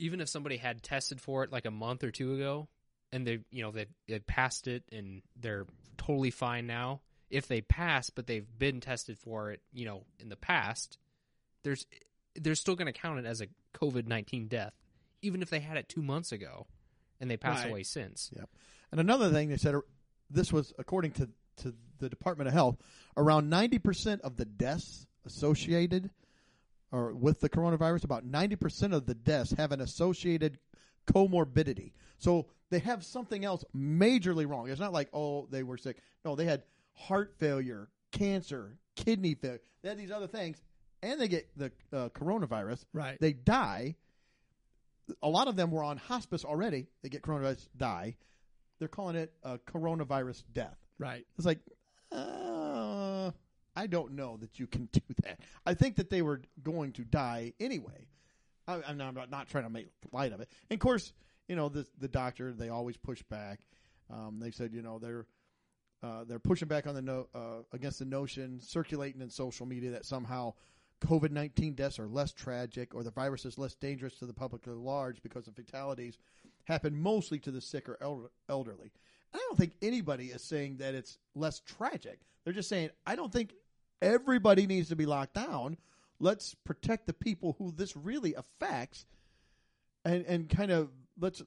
Speaker 2: even if somebody had tested for it like a month or two ago and they, you know, they, they passed it and they're totally fine now, if they pass, but they've been tested for it, you know, in the past, there's, they're still going to count it as a COVID 19 death, even if they had it two months ago and they passed
Speaker 1: Right.
Speaker 2: away since.
Speaker 1: Yep. And another thing they said, this was according to, to the Department of Health, around 90% of the deaths associated or with the coronavirus, about 90% of the deaths have an associated comorbidity. So they have something else majorly wrong. It's not like, oh, they were sick. No, they had heart failure, cancer, kidney failure. They had these other things, and they get the uh, coronavirus
Speaker 3: Right.
Speaker 1: they die. A lot of them were on hospice already. They get coronavirus, die. They're calling it a coronavirus death.
Speaker 3: Right.
Speaker 1: It's like, uh, I don't know that you can do that. I think that they were going to die anyway. I, I'm, not, I'm not- not trying to make light of it. And of course, you know the the doctor. They always push back. Um, they said, you know, they're uh, they're pushing back on the no, uh, against the notion circulating in social media that somehow COVID nineteen deaths are less tragic or the virus is less dangerous to the public at large because the fatalities happen mostly to the sick or elder, elderly. I don't think anybody is saying that it's less tragic. They're just saying I don't think everybody needs to be locked down. Let's protect the people who this really affects, and and kind of let's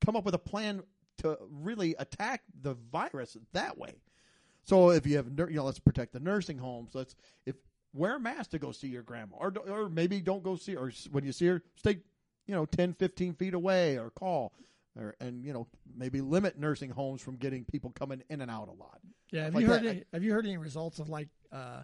Speaker 1: come up with a plan to really attack the virus that way. So if you have, nur- you know, let's protect the nursing homes. Let's if wear a mask to go see your grandma, or do- or maybe don't go see, or s- when you see her, stay, you know, 10, 15 feet away, or call, or and you know maybe limit nursing homes from getting people coming in and out a lot.
Speaker 3: Yeah, have
Speaker 1: Like
Speaker 3: you heard
Speaker 1: that,
Speaker 3: any, have you heard any results of like uh,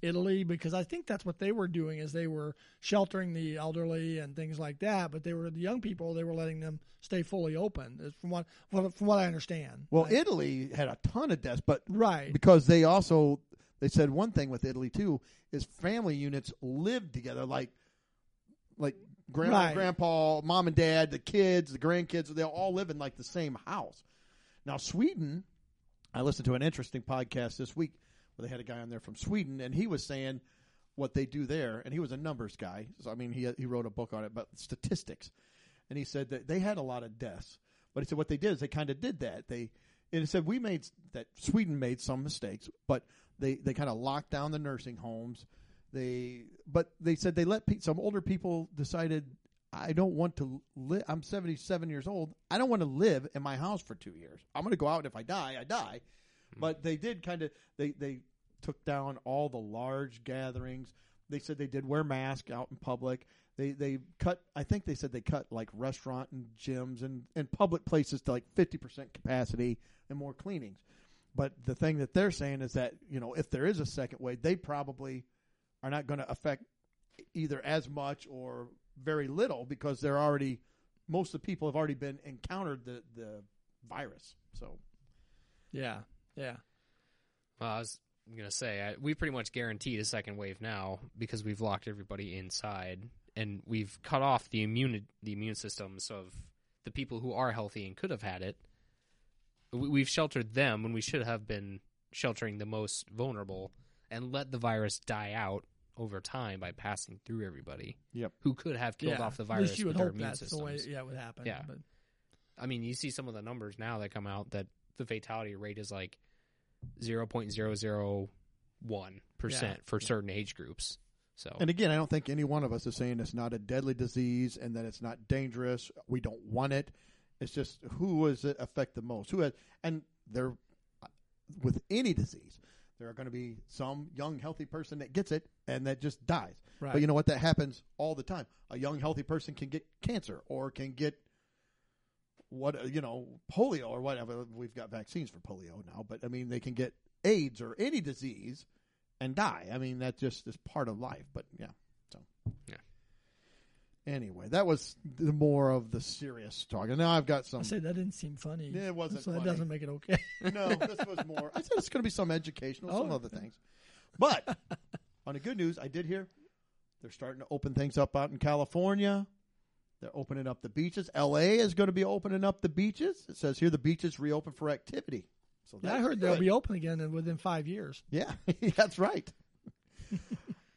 Speaker 3: Italy? Because I think that's what they were doing is they were sheltering the elderly and things like that, but they were the young people. They were letting them stay fully open, is from what from, from what I understand.
Speaker 1: Well,
Speaker 3: Like,
Speaker 1: Italy had a ton of deaths, but
Speaker 3: right,
Speaker 1: because they also they said one thing with Italy too is family units lived together like like grandma,
Speaker 3: Right.
Speaker 1: grandpa, mom and dad, the kids, the grandkids, they all live in like the same house. Now Sweden, I listened to an interesting podcast this week where they had a guy on there from Sweden and he was saying what they do there and he was a numbers guy. So I mean he he wrote a book on it but statistics. And he said that they had a lot of deaths. But he said what they did is they kind of did that. They and it said we made that Sweden made some mistakes, but they they kind of locked down the nursing homes. They but they said they let pe- some older people decided I don't want to live. I'm 77 years old. I don't want to live in my house for two years. I'm going to go out, and if I die, I die. But they did kind of they they took down all the large gatherings. They said they did wear masks out in public. They they cut. I think they said they cut like restaurant and gyms and and public places to like 50 percent capacity and more cleanings. But the thing that they're saying is that you know if there is a second wave, they probably are not going to affect either as much or very little because they're already most of the people have already been encountered the the virus. So
Speaker 3: yeah, yeah,
Speaker 2: Well, I was gonna say I, we pretty much guaranteed a second wave now because we've locked everybody inside and we've cut off the immune the immune systems of the people who are healthy and could have had it. We, we've sheltered them when we should have been sheltering the most vulnerable and let the virus die out over time by passing through everybody.
Speaker 1: Yep.
Speaker 2: Who could have killed
Speaker 3: yeah.
Speaker 2: off the
Speaker 3: At least
Speaker 2: virus
Speaker 3: you would
Speaker 2: with their
Speaker 3: hope
Speaker 2: immune
Speaker 3: that's the way.
Speaker 2: systems.
Speaker 3: Yeah, it would happen.
Speaker 2: Yeah.
Speaker 3: but
Speaker 2: I mean, you see some of the numbers now that come out that the fatality rate is like 0.001%
Speaker 3: Yeah.
Speaker 2: for certain age groups. So,
Speaker 1: and again, I don't think any one of us is saying it's not a deadly disease and that it's not dangerous. We don't want it. It's just who does it affect the most? Who has and there with any disease, there are going to be some young healthy person that gets it and that just dies.
Speaker 3: right,
Speaker 1: But you know what? That happens all the time. A young, healthy person can get cancer or can get what you know, polio or whatever. We've got vaccines for polio now, but I mean, they can get AIDS or any disease and die. I mean, that just is part of life. But yeah, so
Speaker 2: Yeah.
Speaker 1: Anyway, that was the more of the serious talk, and now I've got some.
Speaker 3: I say that didn't seem funny.
Speaker 1: Yeah, it wasn't
Speaker 3: So that
Speaker 1: funny.
Speaker 3: doesn't make it okay.
Speaker 1: No, this was more. I said it's going to be some educational, some
Speaker 3: Oh.
Speaker 1: other things. But on the good news, I did hear they're starting to open things up out in California. They're opening up the beaches. L.A. is going to be opening up the beaches. It says here the beaches reopen for activity. So
Speaker 3: Yeah, I
Speaker 1: that's
Speaker 3: heard they'll
Speaker 1: good.
Speaker 3: be open again in, within five years.
Speaker 1: Yeah, that's right.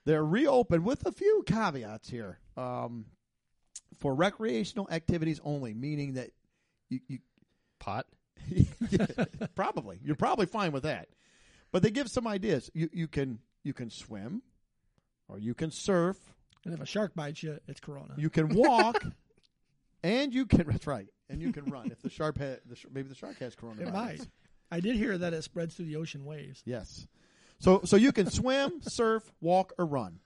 Speaker 1: They're reopened with a few caveats here um, for recreational activities only, meaning that you, you
Speaker 2: pot.
Speaker 1: probably you're probably fine with that but they give some ideas you you can you can swim or you can surf
Speaker 3: And if a shark bites you, it's corona.
Speaker 1: you can walk and you can that's right and you can run if the shark ha, the, sh- maybe the shark has coronavirus
Speaker 3: it might. I did hear that it spreads through the ocean waves.
Speaker 1: yes so so you can swim surf walk or run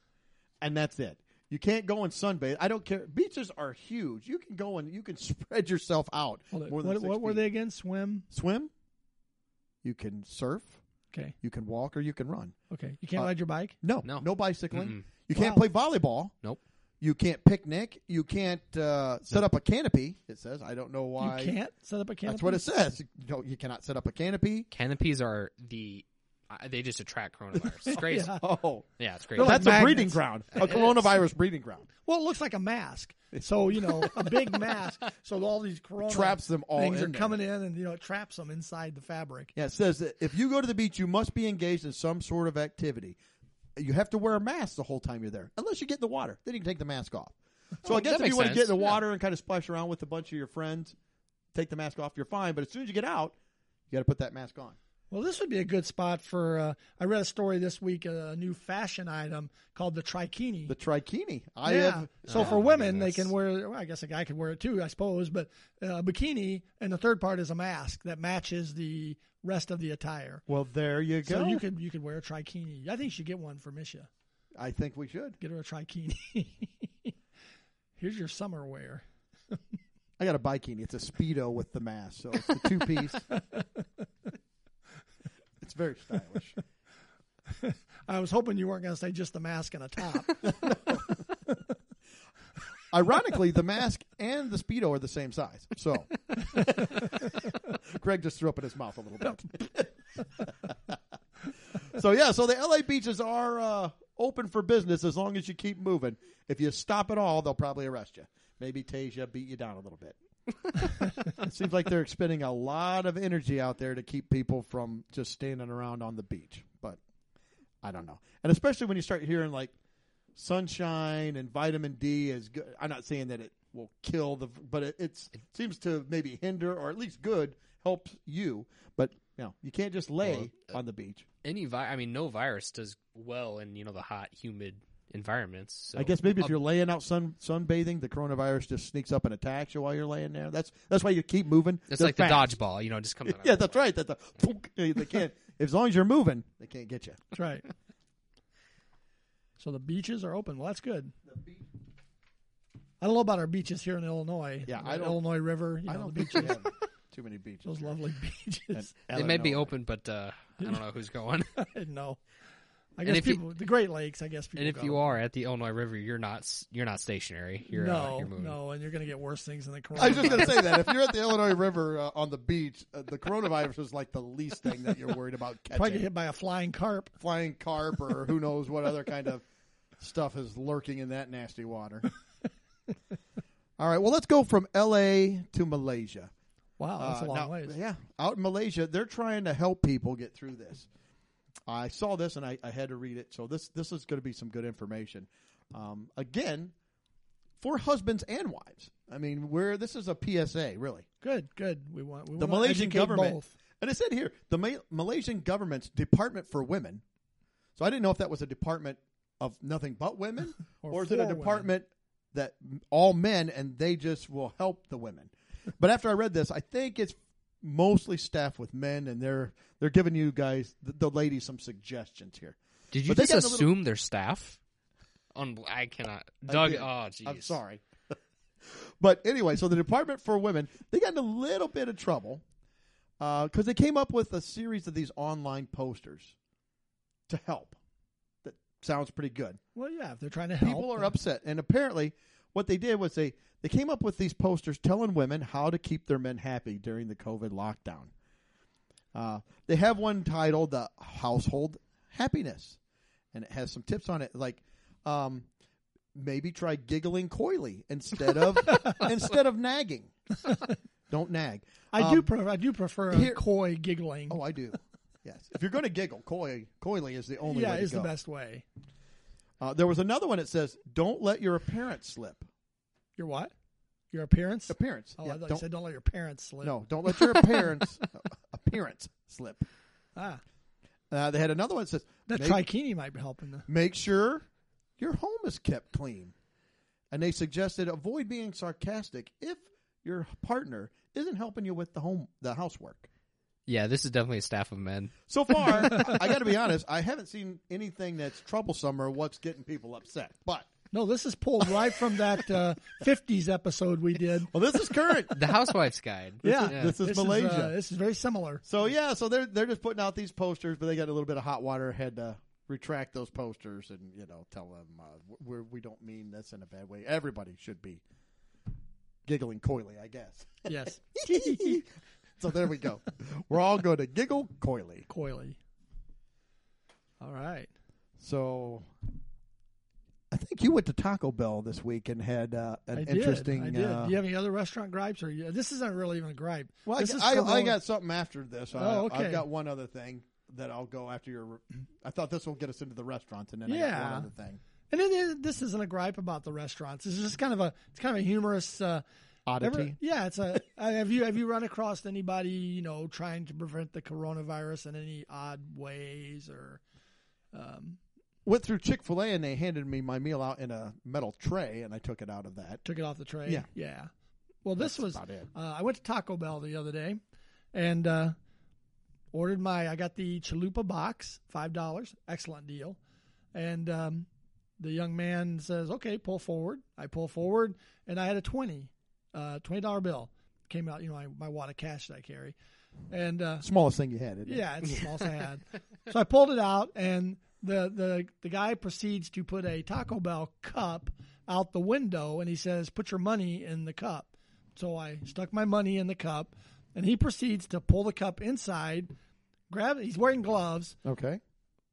Speaker 1: and that's it you can't go and sunbathe i don't care beaches are huge you can go and you can spread yourself out
Speaker 3: Hold it.
Speaker 1: more than
Speaker 3: what,
Speaker 1: six
Speaker 3: what were
Speaker 1: feet.
Speaker 3: they again? Swim.
Speaker 1: swim you can surf
Speaker 3: Okay.
Speaker 1: you can walk or you can run
Speaker 3: Okay. You can't
Speaker 1: Uh,
Speaker 3: ride your bike.
Speaker 1: No, no,
Speaker 2: No.
Speaker 1: bicycling.
Speaker 2: Mm-mm.
Speaker 1: You can't
Speaker 3: Wow.
Speaker 1: play volleyball.
Speaker 2: Nope.
Speaker 1: You can't picnic. You can't uh, set up a canopy. It says I don't know why.
Speaker 3: You can't set up a canopy.
Speaker 1: That's what it says. No, you cannot set up a canopy.
Speaker 2: Canopies are the I, they just attract coronavirus. It's crazy. yeah.
Speaker 1: Oh,
Speaker 2: it's crazy.
Speaker 3: They're like
Speaker 1: that's a breeding
Speaker 3: magnets.
Speaker 1: ground, a coronavirus breeding ground.
Speaker 3: Well, it looks like a mask. So you know, a big mask. So all these corona
Speaker 1: Traps them all
Speaker 3: things
Speaker 1: in
Speaker 3: are
Speaker 1: there.
Speaker 3: coming in, and you know, it traps them inside the fabric.
Speaker 1: Yeah, it says that if you go to the beach, you must be engaged in some sort of activity. You have to wear a mask the whole time you're there, unless you get in the water. Then you can take the mask off. So I
Speaker 2: Well,
Speaker 1: guess
Speaker 2: that
Speaker 1: if you
Speaker 2: makes
Speaker 1: want to get in
Speaker 2: sense.
Speaker 1: the
Speaker 2: Yeah.
Speaker 1: water and kind of splash around with a bunch of your friends, take the mask off, you're fine. But as soon as you get out, you got to put that mask on.
Speaker 3: Well, this would be a good spot for. Uh, I read a story this week, uh, a new fashion item called the trikini.
Speaker 1: The trikini. I
Speaker 3: yeah.
Speaker 1: have.
Speaker 3: so
Speaker 2: Oh,
Speaker 3: for
Speaker 2: my
Speaker 3: women, they
Speaker 2: goodness.
Speaker 3: can wear. Well, I guess a guy could wear it too, I suppose. But uh, a bikini, and the third part is a mask that matches the rest of the attire.
Speaker 1: Well, there you
Speaker 3: So you could you could wear a trikini. I think you should get one for Misha.
Speaker 1: I think we should.
Speaker 3: Get her a trikini. Here's your summer wear.
Speaker 1: I got a bikini. It's a speedo with the mask, so it's a two piece. it's very stylish.
Speaker 3: I was hoping you weren't going to say just the mask and a top.
Speaker 1: Ironically, the mask and the speedo are the same size. So, Greg just threw up in his mouth a little bit. so yeah, so the LA beaches are uh, open for business as long as you keep moving. If you stop at all, they'll probably arrest you. Maybe Tasia beat you down a little bit. it seems like they're expending a lot of energy out there to keep people from just standing around on the beach. But I don't know, and especially when you start hearing like sunshine and vitamin D is good. I'm not saying that it will kill the, but it it's, seems to maybe hinder or at least good helps you. But you know, you can't just lay
Speaker 2: Well,
Speaker 1: on the beach.
Speaker 2: Any vi- I mean, no virus does well in you know the hot, humid environments. So. Oh, um,
Speaker 1: I guess maybe if
Speaker 2: a-
Speaker 1: you're laying out sun sunbathing, the coronavirus just sneaks up and attacks you while you're laying there. That's that's why you keep moving.
Speaker 2: it's
Speaker 1: They're
Speaker 2: like
Speaker 1: fast.
Speaker 2: the dodgeball, you know, just coming. out.
Speaker 1: Yeah, that's right. That's a, they can't. As long as you're moving, they can't get you.
Speaker 3: That's right. So the beaches are open. Well, that's good. I don't know about our beaches here in Illinois.
Speaker 1: Yeah,
Speaker 3: The
Speaker 1: I don't-
Speaker 3: Illinois River. You
Speaker 1: I
Speaker 3: know,
Speaker 1: don't
Speaker 3: the
Speaker 1: think you have too many beaches.
Speaker 3: Those lovely beaches.
Speaker 2: They may be open, but uh, I don't know who's going.
Speaker 3: no, I
Speaker 2: And
Speaker 3: guess
Speaker 2: if you-
Speaker 3: people. the Great Lakes. I guess people.
Speaker 2: and if
Speaker 3: go.
Speaker 2: you are at the Illinois River, you're not s- you're not stationary. You're
Speaker 3: no,
Speaker 2: uh, you're moving.
Speaker 3: no, and you're going to get worse things than the corona.
Speaker 1: I was just going to say that if you're at the Illinois River uh, on the beach, uh, the coronavirus is like the least thing that you're worried about catching.
Speaker 3: probably get hit by a flying carp.
Speaker 1: Flying carp or who knows what other kind of stuff is lurking in that nasty water. All right, well, let's go from L.A. to Malaysia.
Speaker 3: Wow, that's
Speaker 1: Uh,
Speaker 3: a long
Speaker 1: now-
Speaker 3: ways.
Speaker 1: Yeah, out in Malaysia, they're trying to help people get through this. I saw this and I, I had to read it, so this this is going to be some good information. Um, again, for husbands and wives. I mean, we're this is a PSA, really.
Speaker 3: Good, good. We want we
Speaker 1: the
Speaker 3: want
Speaker 1: Malaysian
Speaker 3: to educate
Speaker 1: government,
Speaker 3: Both.
Speaker 1: and it said here the Ma- Malaysian government's Department for Women. So I didn't know if that was a department of nothing but women,
Speaker 3: Or
Speaker 1: or, is it a
Speaker 3: for women.
Speaker 1: department that m- all men and they just will help the women. but after I read this, I think it's mostly staffed with men, and they're they're giving you guys the, the ladies some suggestions here.
Speaker 2: Did you
Speaker 1: But they
Speaker 2: just
Speaker 1: got a little-
Speaker 2: assume their staff? On I cannot. Doug.
Speaker 1: did.
Speaker 2: oh, jeez.
Speaker 1: I'm sorry. but anyway, so the Department for Women, they got in a little bit of trouble because they came up with a series of these online posters to help. That sounds pretty good.
Speaker 3: Well, yeah, if they're trying to help.
Speaker 1: People are
Speaker 3: then-
Speaker 1: upset. And apparently, what they did was they, they came up with these posters telling women how to keep their men happy during the COVID lockdown. Uh, they have one titled "The Household Happiness," and it has some tips on it, like um, maybe try giggling coyly instead of instead of nagging. Don't nag.
Speaker 3: I
Speaker 1: Um,
Speaker 3: do. Prefer, I do prefer a
Speaker 1: here-
Speaker 3: coy giggling.
Speaker 1: Oh, I do. Yes, if you're going to giggle, coy, coyly is the only
Speaker 3: yeah,
Speaker 1: way to
Speaker 3: is
Speaker 1: go.
Speaker 3: the best way.
Speaker 1: Uh, there was another one that says, "Don't let your appearance slip."
Speaker 3: Your what? Your appearance?
Speaker 1: Appearance.
Speaker 3: Oh,
Speaker 1: Yeah,
Speaker 3: I thought you
Speaker 1: don't-
Speaker 3: said don't let your parents slip.
Speaker 1: No, don't let your appearance appearance slip.
Speaker 3: Ah,
Speaker 1: Uh, they had another one that says
Speaker 3: that
Speaker 1: make,
Speaker 3: trikini might be helping. The,
Speaker 1: make sure your home is kept clean, and they suggested avoid being sarcastic if your partner isn't helping you with the home the housework.
Speaker 2: Yeah, this is definitely a staff of men.
Speaker 1: So far, I, I got to be honest, I haven't seen anything that's troublesome or what's getting people upset. But
Speaker 3: no, this is pulled right from that uh, 50s episode we did.
Speaker 1: well, this is current.
Speaker 2: The housewife's guide.
Speaker 3: Yeah.
Speaker 1: this is
Speaker 3: uh,
Speaker 1: Malaysia.
Speaker 3: this is very similar.
Speaker 1: So yeah, so they're they're just putting out these posters, but they got a little bit of hot water. Had to retract those posters and you know tell them uh, we're, we don't mean this in a bad way. Everybody should be giggling coyly, I guess.
Speaker 3: Yes.
Speaker 1: so there we go. We're all going to giggle coyly.
Speaker 3: Coily. All right.
Speaker 1: So I think you went to Taco Bell this week and had uh, an
Speaker 3: I did.
Speaker 1: interesting.
Speaker 3: I did.
Speaker 1: Uh,
Speaker 3: Do you have any other restaurant gripes? Or you, this isn't really even a gripe.
Speaker 1: Well,
Speaker 3: This is
Speaker 1: I,
Speaker 3: from
Speaker 1: I, I
Speaker 3: Owen.
Speaker 1: got something after this. I,
Speaker 3: Oh, okay.
Speaker 1: I've got one other thing that I'll go after your. I thought this will get us into the restaurants, and then I got
Speaker 3: Yeah.
Speaker 1: one other thing.
Speaker 3: And it is, this isn't a gripe about the restaurants. This is just kind of a it's kind of a humorous. Uh,
Speaker 2: Oddity.
Speaker 3: ever- yeah, it's a. uh, have you have you run across anybody you know trying to prevent the coronavirus in any odd ways or? Um,
Speaker 1: Went through Chick Fil A, and they handed me my meal out in a metal tray, and I took it out of that.
Speaker 3: took it off the tray.
Speaker 1: Yeah.
Speaker 3: yeah. Well, this
Speaker 1: That's
Speaker 3: was
Speaker 1: about it.
Speaker 3: Uh, I went to Taco Bell the other day, and uh, ordered my. I got the chalupa box, five dollars, excellent deal. And um, the young man says, "Okay, pull forward." I pull forward, and I had a twenty, uh, twenty dollar bill. Came out, you know, my, my wad of cash that I carry, and uh,
Speaker 1: Smallest thing you had. Isn't it?
Speaker 3: yeah, it's the smallest I had. So I pulled it out, and the, the the guy proceeds to put a Taco Bell cup out the window, and he says, "Put your money in the cup." So I stuck my money in the cup, and he proceeds to pull the cup inside. Grab. He's wearing gloves.
Speaker 1: Okay.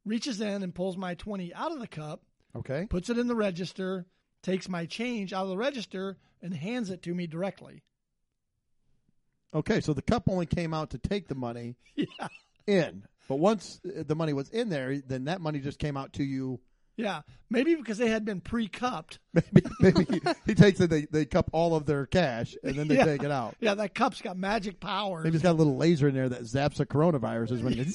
Speaker 3: Reaches in and pulls my twenty out of the cup,
Speaker 1: Okay.
Speaker 3: puts it in the register, takes my change out of the register, and hands it to me directly.
Speaker 1: Okay. So the cup only came out to take the money
Speaker 3: Yeah.
Speaker 1: in, but once uh, the money was in there, then that money just came out to you.
Speaker 3: Yeah, maybe because they had been pre-cupped.
Speaker 1: Maybe, maybe he, he takes it. They, they cup all of their cash, and then they
Speaker 3: Yeah.
Speaker 1: take it out.
Speaker 3: Yeah, that cup's got magic powers.
Speaker 1: Maybe it's got a little laser in there that zaps the coronaviruses when you.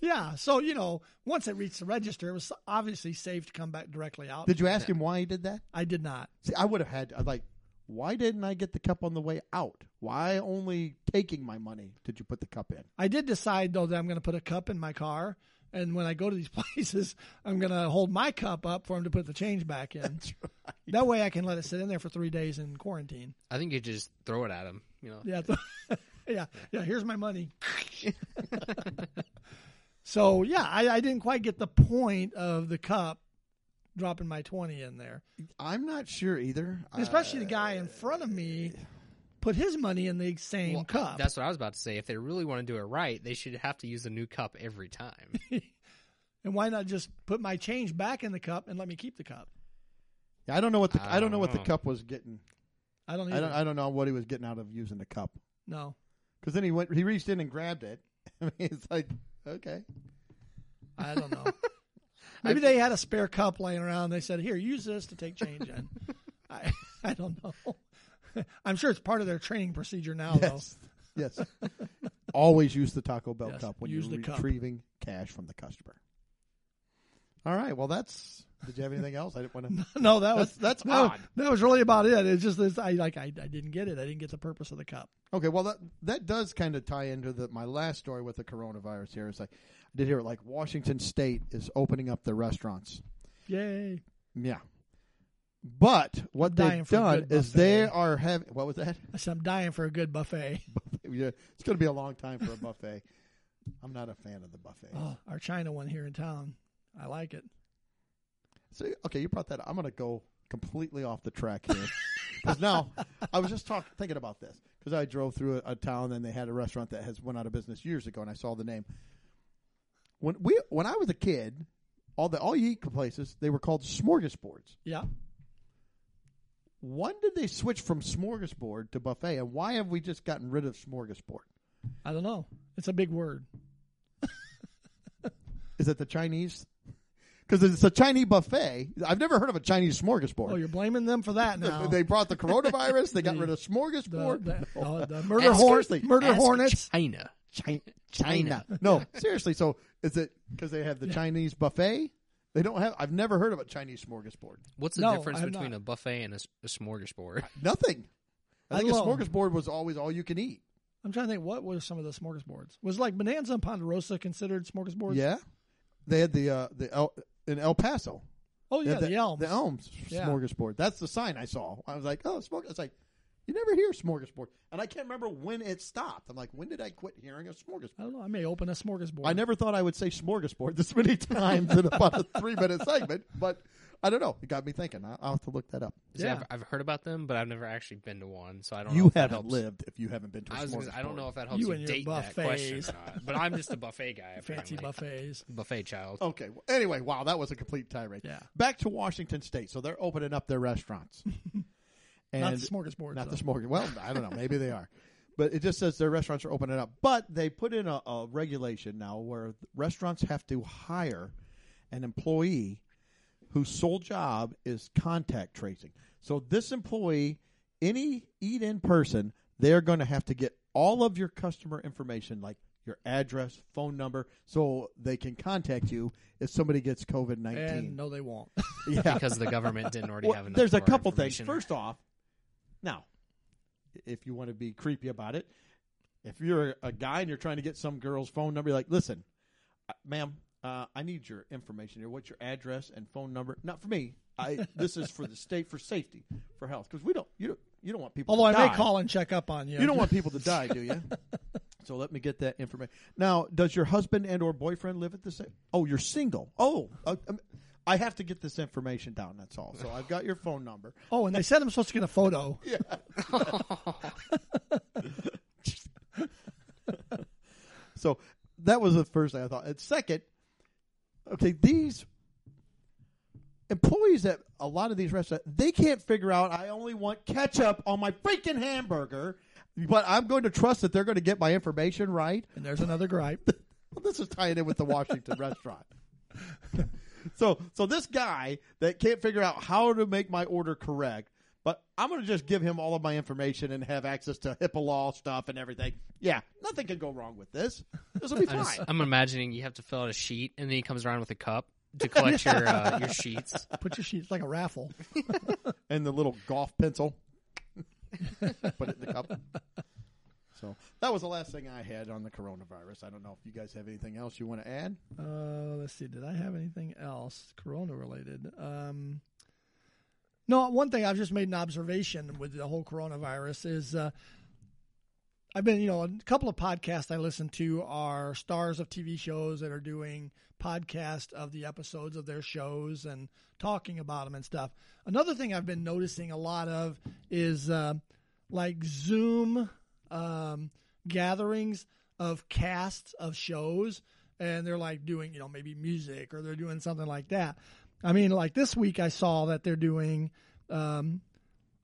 Speaker 3: Yeah, so you know, once it reached the register, it was obviously safe to come back directly out.
Speaker 1: Did you ask him why he did that?
Speaker 3: I did not.
Speaker 1: See, I would have had I'd like, why didn't I get the cup on the way out? Why only taking my money did you put the cup in?
Speaker 3: I did decide though that I'm going to put a cup in my car, and when I go to these places, I'm going to hold my cup up for him to put the change back in. That way, I can let it sit in there for three days in quarantine.
Speaker 2: I think you just throw it at him. You know,
Speaker 3: Yeah, yeah, yeah. Here's my money. so yeah, I, I didn't quite get the point of the cup dropping my twenty in there.
Speaker 1: I'm not sure either. Uh,
Speaker 3: And Especially the guy in front of me put his money in the same
Speaker 2: Well,
Speaker 3: cup.
Speaker 2: That's what I was about to say. If they really want to do it right, they should have to use a new cup every time.
Speaker 3: And why not just put my change back in the cup and let me keep the cup?
Speaker 1: Uh, I don't know what the I,
Speaker 2: I
Speaker 1: don't know
Speaker 2: don't
Speaker 1: what the
Speaker 2: know.
Speaker 1: cup was getting.
Speaker 3: I don't
Speaker 1: I
Speaker 3: either.
Speaker 1: don't I don't know what he was getting out of using the cup.
Speaker 3: no.
Speaker 1: Because then he went he reached in and grabbed it. I mean, it's like okay,
Speaker 3: I don't know. Maybe they had a spare cup laying around. They said, "Here, use this to take change in." I, I don't know. I'm sure it's part of their training procedure now,
Speaker 1: yes, yes. Always use the Taco Bell
Speaker 3: Yes,
Speaker 1: cup when
Speaker 3: use
Speaker 1: you're
Speaker 3: the cup.
Speaker 1: retrieving cash from the customer. All right. Well, that's. Did you have anything else? I didn't want to.
Speaker 3: though. No, that was
Speaker 1: That's that's
Speaker 3: that, was-
Speaker 1: odd.
Speaker 3: that was really about it. It's just it's, I like I, I didn't get it. I didn't get the purpose of the cup.
Speaker 1: oh, Okay, well that that does kind of tie into the, my last story with the coronavirus. Here is like I did hear like Washington State is opening up their restaurants.
Speaker 3: Yay!
Speaker 1: Yeah, but what
Speaker 3: Dying
Speaker 1: they've
Speaker 3: for a
Speaker 1: done
Speaker 3: good
Speaker 1: is they
Speaker 3: buffet.
Speaker 1: are having what was that?
Speaker 3: I said I'm dying for a good buffet.
Speaker 1: Yeah, it's going to be a long time for a buffet. I'm not a fan of the buffet.
Speaker 3: Oh, our China one here in town. I like it.
Speaker 1: So, okay, you brought that. up. I'm going to go completely off the track here because now I was just talking, thinking about this because I drove through a, a town and they had a restaurant that has went out of business years ago, and I saw the name. When we when I was a kid, all the all you eat places they were called smorgasbords.
Speaker 3: Yeah.
Speaker 1: When did they switch from smorgasbord to buffet, and why have we just gotten rid of smorgasbord?
Speaker 3: I don't know. It's a big word.
Speaker 1: Is it the Chinese? Because it's a Chinese buffet. I've never heard of a Chinese smorgasbord.
Speaker 3: Oh, you're blaming them for that
Speaker 1: They-
Speaker 3: now.
Speaker 1: They brought the coronavirus. They got
Speaker 3: The-
Speaker 1: rid of
Speaker 3: the,
Speaker 1: smorgasbord.
Speaker 3: the,
Speaker 1: Oh.
Speaker 3: oh, the murder
Speaker 1: Ask-
Speaker 3: hornets.
Speaker 1: seriously,
Speaker 3: Murder
Speaker 2: Ask
Speaker 3: hornets.
Speaker 2: China.
Speaker 1: China. China. No, seriously. So is it because they have the Chinese buffet? They don't have. I've never heard of a Chinese smorgasbord.
Speaker 2: What's the
Speaker 3: No,
Speaker 2: difference
Speaker 3: I'm
Speaker 2: between
Speaker 3: not.
Speaker 2: a buffet and a, s- a smorgasbord?
Speaker 1: Nothing. I
Speaker 3: I
Speaker 1: think a
Speaker 3: love-
Speaker 1: smorgasbord was always all you can eat.
Speaker 3: I'm trying to think. What were some of the smorgasbords? Was like Bonanza and Ponderosa considered smorgasbords?
Speaker 1: Yeah, they had the uh, the El, in El Paso.
Speaker 3: Oh
Speaker 1: They
Speaker 3: yeah,
Speaker 1: had
Speaker 3: the, elms.
Speaker 1: The Elms
Speaker 3: Yeah.
Speaker 1: smorgasbord. That's the sign I saw. I was like, oh, smorg. It's like, You never hear smorgasbord, and I can't remember when it stopped. I'm like, when did I quit hearing a
Speaker 3: I
Speaker 1: smorgasbord?
Speaker 3: don't know. I may open a smorgasbord.
Speaker 1: I never thought I would say smorgasbord this many times in about a three minute segment, but I don't know. It got me thinking. I- I'll have to look that up.
Speaker 2: See,
Speaker 3: Yeah.
Speaker 2: I've, I've heard about them, but I've never actually been to one, so I don't. know
Speaker 1: You
Speaker 2: if that
Speaker 1: haven't
Speaker 2: helps.
Speaker 1: lived if you haven't been to a
Speaker 2: I, was gonna,
Speaker 1: smorgasbord.
Speaker 2: I don't know if that helps
Speaker 3: You
Speaker 2: you,
Speaker 3: and your
Speaker 2: date that question
Speaker 3: buffets.
Speaker 2: or not. But I'm just a buffet guy.
Speaker 3: fancy
Speaker 2: apparently.
Speaker 3: buffets.
Speaker 2: buffet child.
Speaker 1: Okay. Well, anyway, wow, that was a complete tirade.
Speaker 3: Yeah.
Speaker 1: Back to Washington State. So they're opening up their restaurants. and
Speaker 3: not the smorgasbord.
Speaker 1: not the
Speaker 3: though.
Speaker 1: smorgasbord. Well, I don't know. Maybe they are. But it just says their restaurants are opening up. But they put in a, a regulation now where restaurants have to hire an employee whose sole job is contact tracing. So this employee, any eat in person, they're going to have to get all of your customer information, like your address, phone number, so they can contact you if somebody gets COVID
Speaker 3: And
Speaker 1: nineteen.
Speaker 3: no, they won't.
Speaker 1: yeah,
Speaker 2: Because the government didn't already
Speaker 1: well,
Speaker 2: have enough.
Speaker 1: there's a
Speaker 2: of our
Speaker 1: couple things.
Speaker 2: information.
Speaker 1: First off, now, if you want to be creepy about it, if you're a guy and you're trying to get some girl's phone number, you're like, listen, uh, ma'am, uh, I need your information here. What's your address and phone number? Not for me. I this is for the state for safety for health because we don't you don't you don't want people.
Speaker 3: Although I
Speaker 1: to
Speaker 3: may
Speaker 1: die.
Speaker 3: call and check up on you.
Speaker 1: You don't want people to die, do you? so let me get that information. Now, does your husband and or boyfriend live at the same? Oh, you're single. Oh, uh, um, I have to get this information down. That's all. So I've got your phone number.
Speaker 3: Oh, and they said I'm supposed to get a photo.
Speaker 1: So that was the first thing I thought. And second, okay, these employees at a lot of these restaurants, they can't figure out I only want ketchup on my freaking hamburger, but I'm going to trust that they're going to get my information right.
Speaker 3: And there's another gripe.
Speaker 1: Well, this is tying in with the Washington restaurant. So, so this guy that can't figure out how to make my order correct, but I'm going to just give him all of my information and have access to HIPAA law stuff and everything. Yeah, nothing can go wrong with this. This will be
Speaker 2: I'm,
Speaker 1: fine.
Speaker 2: just- I'm imagining you have to fill out a sheet, and then he comes around with a cup to collect your uh, your sheets.
Speaker 3: Put your sheets like a raffle.
Speaker 1: and the little golf pencil. Put it in the cup. So that was the last thing I had on the coronavirus. I don't know if you guys have anything else you want to add.
Speaker 3: Uh, let's see. Did I have anything else Corona related? Um, no. One thing I've just made an observation with the whole coronavirus is uh, I've been, you know, a couple of podcasts I listen to are stars of TV shows that are doing podcasts of the episodes of their shows and talking about them and stuff. Another thing I've been noticing a lot of is uh, like Zoom um, gatherings of casts of shows, and they're like doing, you know, maybe music or they're doing something like that. I mean, like this week I saw that they're doing. Um,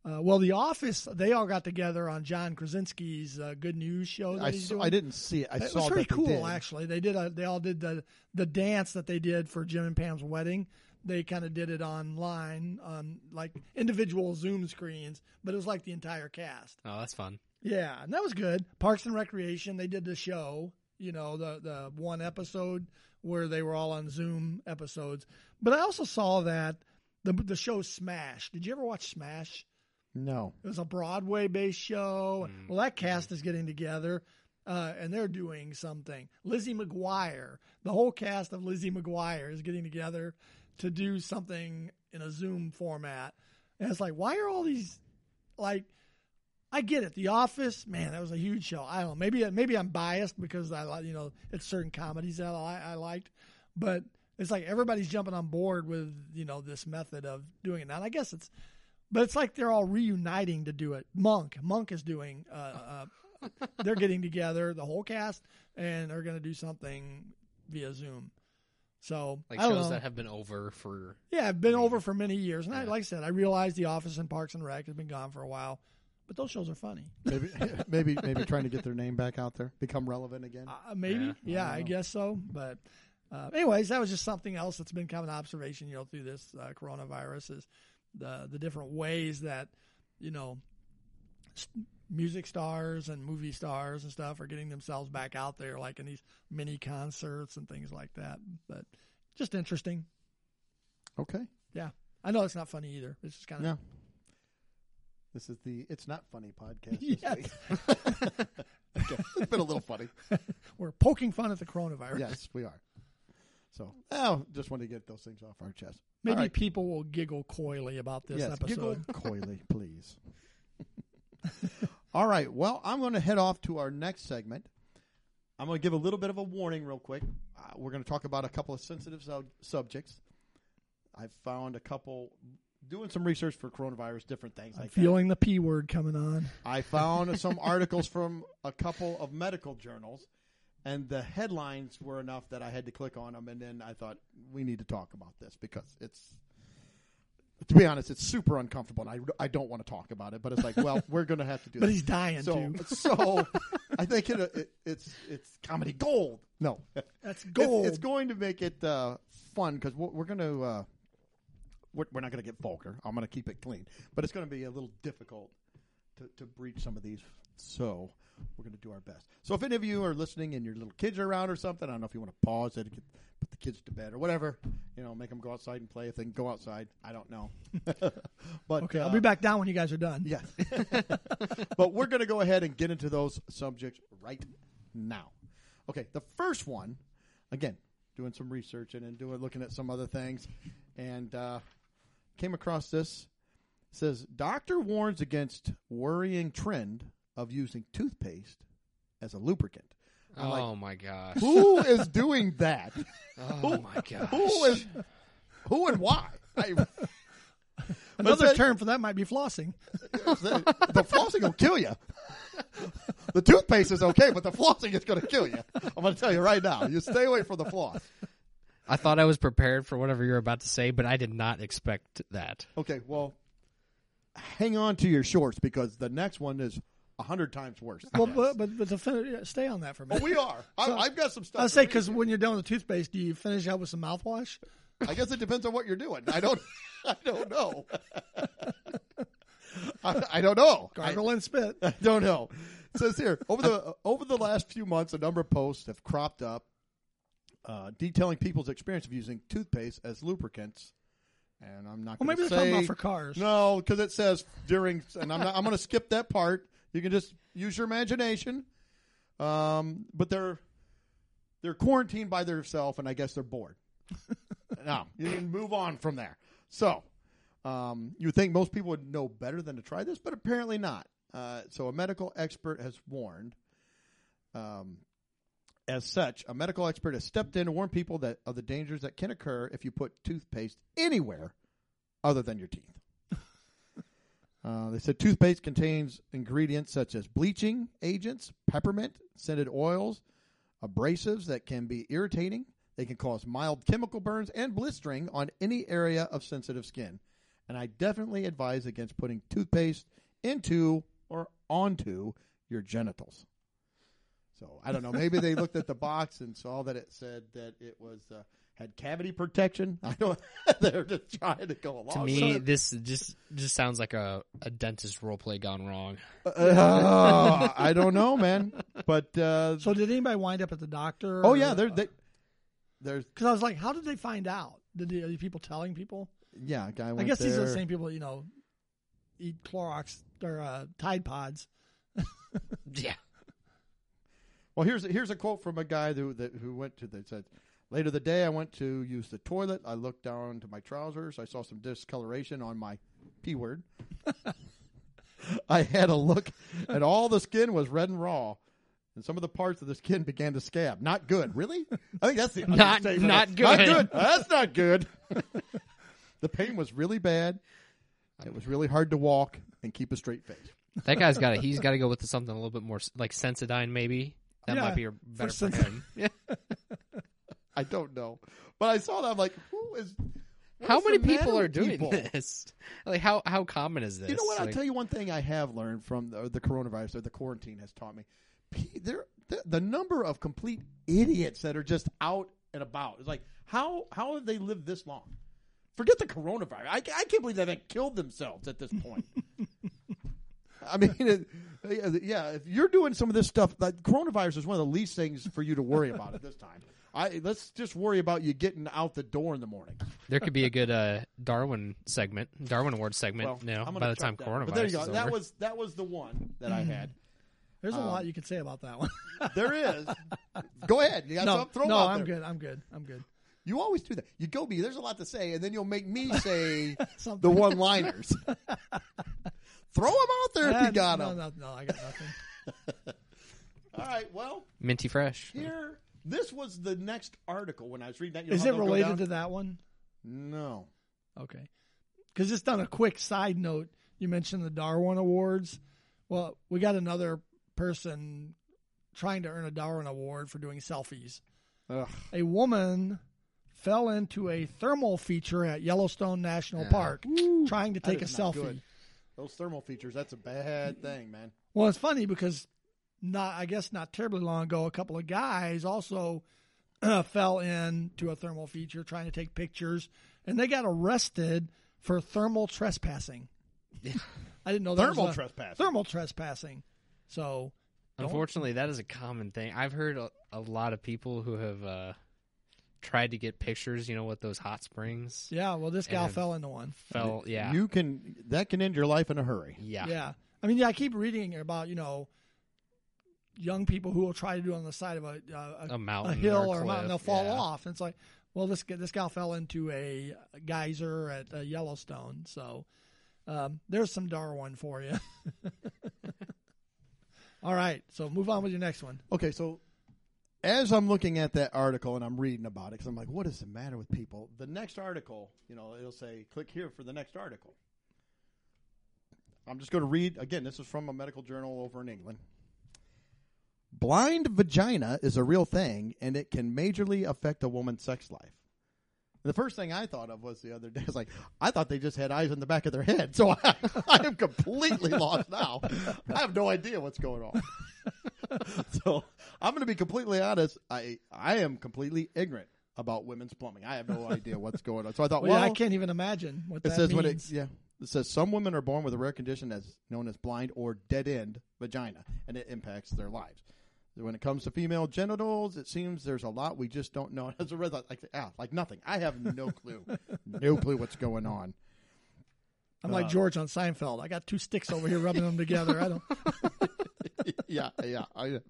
Speaker 3: uh, well, The Office, they all got together on John Krasinski's uh, Good News show. That
Speaker 1: I,
Speaker 3: he's
Speaker 1: saw,
Speaker 3: doing.
Speaker 1: I didn't see it. I
Speaker 3: It
Speaker 1: saw
Speaker 3: was pretty
Speaker 1: that they
Speaker 3: cool,
Speaker 1: did.
Speaker 3: actually. They did. A, they all did the the dance that they did for Jim and Pam's wedding. They kind of did it online on like individual Zoom screens, but it was like the entire cast.
Speaker 2: Oh, that's fun.
Speaker 3: Yeah, and that was good. Parks and Recreation, they did the show, you know, the the one episode where they were all on Zoom episodes. But I also saw that the the show Smash. Did you ever watch Smash?
Speaker 1: No.
Speaker 3: It was a Broadway based show.
Speaker 2: Mm.
Speaker 3: Well, that cast is getting together uh, and they're doing something. Lizzie McGuire, the whole cast of Lizzie McGuire is getting together to do something in a Zoom format. And it's like, why are all these, like, I get it. The Office, man, that was a huge show. I don't know. Maybe maybe I'm biased because I like you know it's certain comedies that I, I liked, but it's like everybody's jumping on board with you know this method of doing it. Now and I guess it's but it's like they're all reuniting to do it. Monk, Monk is doing. Uh, uh, they're getting together, the whole cast, and they're going to do something via Zoom. So
Speaker 2: Like
Speaker 3: I don't
Speaker 2: shows
Speaker 3: know.
Speaker 2: that have been over for.
Speaker 3: yeah, I've been over for many years, and I,
Speaker 2: Yeah.
Speaker 3: like I said, I realize The Office and Parks and Rec has been gone for a while, but those shows are funny.
Speaker 1: Maybe, maybe, maybe trying to get their name back out there, become relevant again.
Speaker 3: Uh, maybe,
Speaker 2: Yeah,
Speaker 3: yeah,
Speaker 2: I
Speaker 3: I,
Speaker 1: don't know.
Speaker 3: guess so. But uh, anyways, that was just something else that's been kind of an observation, you know, through this uh, coronavirus is the the different ways that you know s- music stars and movie stars and stuff are getting themselves back out there, like in these mini concerts and things like that. But just interesting.
Speaker 1: Okay.
Speaker 3: I know it's not funny either. It's just kind of
Speaker 1: No. This is the It's Not Funny podcast. this
Speaker 3: Yes.
Speaker 1: week. okay. It's been a little funny.
Speaker 3: we're poking fun at the coronavirus.
Speaker 1: Yes, we are. So, oh, just wanted to get those things off our chest.
Speaker 3: Maybe
Speaker 1: All right.
Speaker 3: people will giggle coyly about this
Speaker 1: yes,
Speaker 3: episode.
Speaker 1: giggle coyly, please. All right. Well, I'm going to head off to our next segment. I'm going to give a little bit of a warning, real quick. Uh, we're going to talk about a couple of sensitive sub- subjects. I found a couple doing some research for coronavirus, different things
Speaker 3: I'm
Speaker 1: like that.
Speaker 3: feeling the P word coming on.
Speaker 1: I found some articles from a couple of medical journals, and the headlines were enough that I had to click on them. And then I thought we need to talk about this because it's, to be honest, it's super uncomfortable, and I, I don't want to talk about it. But it's like, well, we're going to have to do.
Speaker 3: But
Speaker 1: this.
Speaker 3: he's dying
Speaker 1: so
Speaker 3: too.
Speaker 1: so. I think it, it, it's it's comedy gold. No,
Speaker 3: That's gold.
Speaker 1: It's, it's going to make it uh, fun because we're, we're going to uh, we're, we're not going to get vulgar. I'm going to keep it clean, but it's going to be a little difficult to, to breach some of these. So we're going to do our best. So if any of you are listening and your little kids are around or something, I don't know if you want to pause it, get- put the kids to bed or whatever. You know, make them go outside and play. If they can go outside, I don't know. but
Speaker 3: okay, I'll
Speaker 1: uh,
Speaker 3: be back down when you guys are done.
Speaker 1: Yes. but we're going to go ahead and get into those subjects right now. Okay, the first one, again, doing some research and then doing looking at some other things, and uh, came across this. It says doctor warns against worrying trend of using toothpaste as a lubricant. I'm like,
Speaker 2: oh my gosh.
Speaker 1: who is doing that?
Speaker 2: Oh my
Speaker 1: Who
Speaker 2: gosh.
Speaker 1: is? Who and why? I,
Speaker 3: Another
Speaker 1: that-
Speaker 3: term for that might be flossing.
Speaker 1: the, the flossing will kill you. The toothpaste is okay, but the flossing is going to kill you. I'm going to tell you right now. You stay away from the floss.
Speaker 2: I thought I was prepared for whatever you were about to say, but I did not expect that.
Speaker 1: Okay, well, hang on to your shorts because the next one is a hundred times worse.
Speaker 3: Well, but but, but to fin- stay on that for a minute.
Speaker 1: we are. I, I've got some stuff.
Speaker 3: I say
Speaker 1: to read
Speaker 3: because
Speaker 1: here.
Speaker 3: when you're done with the toothpaste, do you finish out with some mouthwash?
Speaker 1: I guess it depends on what you're doing. I don't. I don't know. I, I don't know. I-
Speaker 3: Gargle and spit.
Speaker 1: I don't know. It says here over the over the last few months, a number of posts have cropped up uh, detailing people's experience of using toothpaste as lubricants. And I'm not.
Speaker 3: Well,
Speaker 1: going
Speaker 3: maybe
Speaker 1: to
Speaker 3: they're
Speaker 1: say,
Speaker 3: talking about for cars.
Speaker 1: No, because it says during, and I'm not, I'm going to skip that part. You can just use your imagination. Um, but they're they're quarantined by themselves, and I guess they're bored. no, you can move on from there. So, um, you would think most people would know better than to try this, but apparently not. Uh, so, a medical expert has warned. Um, as such, a medical expert has stepped in to warn people that of the dangers that can occur if you put toothpaste anywhere other than your teeth. Uh, they said toothpaste contains ingredients such as bleaching agents, peppermint, scented oils, abrasives that can be irritating. They can cause mild chemical burns and blistering on any area of sensitive skin. And I definitely advise against putting toothpaste into or onto your genitals. So I don't know. Maybe they looked at the box and saw that it said that it was uh, had cavity protection. I don't. they're just trying to go along.
Speaker 2: To
Speaker 1: with
Speaker 2: me,
Speaker 1: it.
Speaker 2: this just just sounds like a, a dentist roleplay gone wrong.
Speaker 1: Uh, I don't know, man. But uh,
Speaker 3: So uh, did anybody wind up at the doctor?
Speaker 1: oh yeah, there, they, there's
Speaker 3: Because I was like, how did they find out? Did the, are the people telling people?
Speaker 1: yeah. A guy
Speaker 3: I
Speaker 1: went
Speaker 3: guess these are the
Speaker 1: there.
Speaker 3: same people, you know, eat Clorox or uh, Tide Pods.
Speaker 2: Yeah.
Speaker 1: Well, here's here's a quote from a guy who that, who went to the said. Later the day, I went to use the toilet. I looked down to my trousers. I saw some discoloration on my p word. I had a look, and all the skin was red and raw, and some of the parts of the skin began to scab. Not good, really. I think that's the
Speaker 2: Not-
Speaker 1: understatement.
Speaker 2: not
Speaker 1: Not
Speaker 2: good.
Speaker 1: good. That's not good. the pain was really bad. It was really hard to walk and keep a straight face.
Speaker 2: That guy's got to he's got to go with something a little bit more s- like Sensodyne maybe. That
Speaker 3: Yeah,
Speaker 2: might be better for,
Speaker 3: Senso-
Speaker 2: him. Yeah.
Speaker 1: I don't know, but I saw that. I'm like, who is? what
Speaker 2: How
Speaker 1: is the
Speaker 2: many
Speaker 1: matter
Speaker 2: people are
Speaker 1: with
Speaker 2: doing
Speaker 1: people?
Speaker 2: this? Like how how common is this?
Speaker 1: You know what? I'll
Speaker 2: Like,
Speaker 1: tell you one thing I have learned from the, the coronavirus or the quarantine has taught me. P- There, the, the number of complete idiots that are just out and about. It's like how how have they lived this long? Forget the coronavirus. I, I can't believe they haven't killed themselves at this point. I mean, it, yeah, if you're doing some of this stuff, like coronavirus is one of the least things for you to worry about at this time. I let's just worry about you getting out the door in the morning.
Speaker 2: There could be a good uh, Darwin segment, Darwin Award segment.
Speaker 1: Well,
Speaker 2: you know,
Speaker 1: I'm gonna
Speaker 2: by the
Speaker 1: check
Speaker 2: time
Speaker 1: that.
Speaker 2: coronavirus
Speaker 1: But there you
Speaker 2: is
Speaker 1: go.
Speaker 2: over.
Speaker 1: That was that was the one that I had.
Speaker 3: There's a
Speaker 1: Um,
Speaker 3: lot you could say about that one.
Speaker 1: There is. go ahead. You got
Speaker 3: no,
Speaker 1: some, throw 'em
Speaker 3: no,
Speaker 1: out
Speaker 3: I'm
Speaker 1: there.
Speaker 3: good. I'm good. I'm good.
Speaker 1: You always do that. You go me. There's a lot to say, and then you'll make me say
Speaker 3: Something.
Speaker 1: the one liners. Throw them out there if
Speaker 3: Ah,
Speaker 1: you got
Speaker 3: no,
Speaker 1: them.
Speaker 3: No, no, I got nothing.
Speaker 1: All right. Well,
Speaker 2: Minty fresh.
Speaker 1: here this was the next article when I was reading that. You know
Speaker 3: Is
Speaker 1: how
Speaker 3: it
Speaker 1: they'll go down?
Speaker 3: related to that one?
Speaker 1: No.
Speaker 3: Okay. Because just on a quick side note, you mentioned the Darwin Awards. Well, we got another person trying to earn a Darwin Award for doing selfies.
Speaker 1: Ugh.
Speaker 3: A woman fell into a thermal feature at Yellowstone National
Speaker 2: Yeah.
Speaker 3: Park trying to
Speaker 1: That
Speaker 3: take a
Speaker 1: is not
Speaker 3: selfie.
Speaker 1: good. Those thermal features. That's a bad thing, man.
Speaker 3: Well, it's funny because not I guess not terribly long ago, a couple of guys also fell into a thermal feature trying to take pictures, and they got arrested for thermal trespassing. I didn't know that
Speaker 1: Thermal
Speaker 3: was a-
Speaker 1: trespassing.
Speaker 3: Thermal trespassing. So don't-
Speaker 2: Unfortunately, that is a common thing. I've heard a, a lot of people who have uh, tried to get pictures. You know, with those hot springs.
Speaker 3: yeah, well, this gal
Speaker 2: And-
Speaker 3: fell into one.
Speaker 2: Fell. Yeah.
Speaker 1: You can. That can end your life in a hurry.
Speaker 2: yeah.
Speaker 3: Yeah. I mean, yeah, I keep reading about you know young people who will try to do it on the side of a, uh, a,
Speaker 2: A
Speaker 3: a
Speaker 2: mountain.
Speaker 3: hill or,
Speaker 2: or, a
Speaker 3: a
Speaker 2: cliff,
Speaker 3: mountain, they'll fall
Speaker 2: yeah.
Speaker 3: off. And it's like, well, this g- this gal fell into a geyser at uh, Yellowstone, so um, there's some Darwin for you. All right, so move on with your next one.
Speaker 1: Okay, so as I'm looking at that article and I'm reading about it, because I'm like, what is the matter with people? The next article, you know, it'll say, click here for the next article. I'm just going to read, again, this is from a medical journal over in England. Blind vagina is a real thing, and it can majorly affect a woman's sex life. The first thing I thought of was the other day. I was like, I thought they just had eyes in the back of their head, so I, I am completely lost now. I have no idea what's going on so I'm going to be completely honest. I I am completely ignorant about women's plumbing. I have no idea what's going on. So I thought,
Speaker 3: Well,
Speaker 1: well,
Speaker 3: yeah, I can't even imagine what
Speaker 1: it
Speaker 3: that
Speaker 1: says
Speaker 3: means.
Speaker 1: when it yeah it says some women are born with a rare condition that's known as blind or dead end vagina, and it impacts their lives. When it comes to female genitals, it seems there's a lot we just don't know. As a result, like ah, like nothing. I have no clue, no clue what's going on.
Speaker 3: I'm
Speaker 1: uh,
Speaker 3: like George on Seinfeld. I got two sticks over here rubbing them together. I don't.
Speaker 1: yeah, yeah. I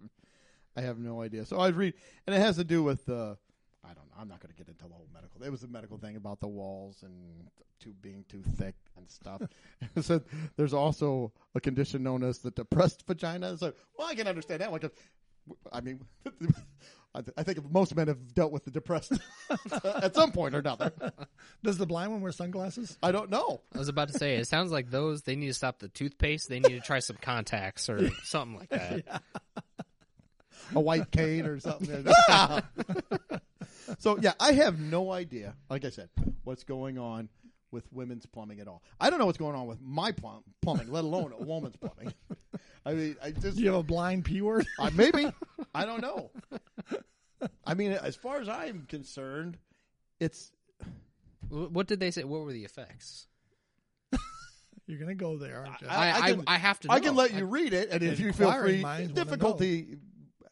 Speaker 1: I have no idea. So I read, and it has to do with uh, I don't know. I'm not going to get into the whole medical. It was a medical thing about the walls and too being too thick and stuff. it said there's also a condition known as the depressed vagina. So well, I can understand that one. 'cause, I mean, I th- I think most men have dealt with the depressed at some point or another.
Speaker 3: Does the blind one wear sunglasses?
Speaker 1: I don't know.
Speaker 2: I was about to say, it sounds like those. They need to stop the toothpaste. They need to try some contacts or something like that.
Speaker 1: a white cane or something. so yeah, I have no idea. Like I said, what's going on with women's plumbing at all? I don't know what's going on with my plum- plumbing, let alone a woman's plumbing. I mean, I just
Speaker 3: Do you have a blind p word?
Speaker 1: I, maybe I don't know. I mean, as far as I'm concerned, it's
Speaker 2: Wh- What did they say? What were the effects?
Speaker 3: You're gonna go there, aren't you?
Speaker 1: I-
Speaker 2: I,
Speaker 1: I
Speaker 2: I,
Speaker 1: can-
Speaker 2: I have to. Know.
Speaker 1: I can let you read it, and if you feel
Speaker 3: Inquiring
Speaker 1: free,
Speaker 3: minds wanna
Speaker 1: difficulty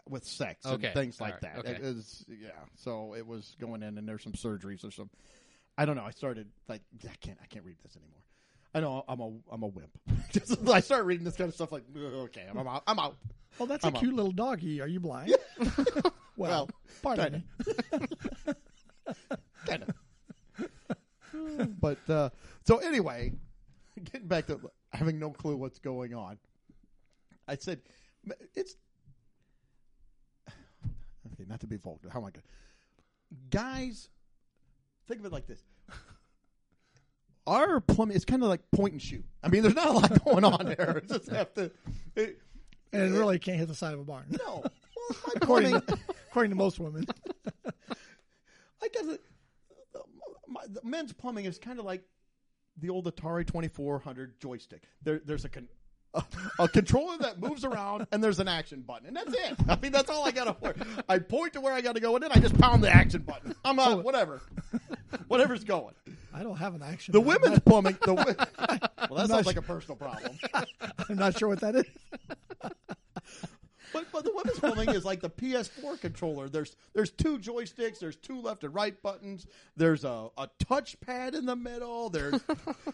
Speaker 1: with sex
Speaker 2: Okay,
Speaker 1: and things
Speaker 2: all
Speaker 1: like
Speaker 2: right,
Speaker 1: that.
Speaker 2: okay.
Speaker 1: It is- yeah. So it was going in, and there's some surgeries or some. I don't know. I started like I can't. I can't read this anymore. I know I'm a I'm a wimp. Just- I start reading this kind of stuff like "Ugh, okay, I'm out. I'm out.
Speaker 3: oh, that's a
Speaker 1: I'm
Speaker 3: cute little doggy. Are you blind? well,
Speaker 1: Well,
Speaker 3: pardon
Speaker 1: kinda.
Speaker 3: me.
Speaker 1: kind of. but uh, so anyway, getting back to having no clue what's going on, I said it's okay. Not to be vulgar. How am I going? Guys, think of it like this. Our plumbing is kind of like point and shoot. I mean, there's not a lot going on there. It's just have to. It,
Speaker 3: And it really can't hit the side of a barn.
Speaker 1: no, well, my
Speaker 3: according,
Speaker 1: plumbing.
Speaker 3: according to most women.
Speaker 1: I guess it, my, the men's plumbing is kind of like the old Atari 2400 joystick. There, there's a, con, a, a controller that moves around, and there's an action button, and that's it. I mean, that's all I got to work. I point to where I got to go, and then I just pound the action button. I'm on whatever, whatever's going.
Speaker 3: I don't have an action.
Speaker 1: The
Speaker 3: button.
Speaker 1: women's plumbing. The wi- well, that sounds like a personal problem.
Speaker 3: I'm not sure what that is.
Speaker 1: But, but the women's plumbing is like the PS4 controller. There's there's two joysticks. There's two left and right buttons. There's a, a touch pad in the middle. There's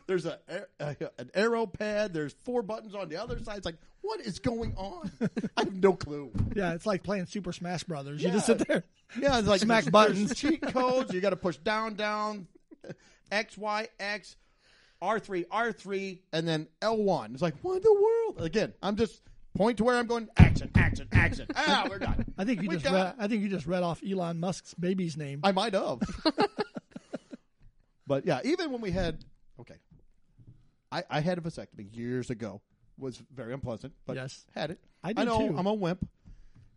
Speaker 1: there's a, a an arrow pad. There's four buttons on the other side. It's like what is going on? I have no clue.
Speaker 3: Yeah, it's like playing Super Smash Brothers. You
Speaker 1: Yeah.
Speaker 3: just sit there.
Speaker 1: Yeah, it's like
Speaker 3: Smack
Speaker 1: there's-
Speaker 3: buttons.
Speaker 1: there's cheat codes. You got to push down down, X Y X. R3, R3, and then L1. It's like, what in the world? Again, I'm just point to where I'm going. Action, action, action. ah, we're done.
Speaker 3: I think you
Speaker 1: We
Speaker 3: just
Speaker 1: got
Speaker 3: read, I think you just read off Elon Musk's baby's name.
Speaker 1: I might have. but yeah, even when we had okay, I, I had a vasectomy years ago. Was very unpleasant, but
Speaker 3: Yes.
Speaker 1: had it.
Speaker 3: I did
Speaker 1: know
Speaker 3: too.
Speaker 1: I'm a wimp.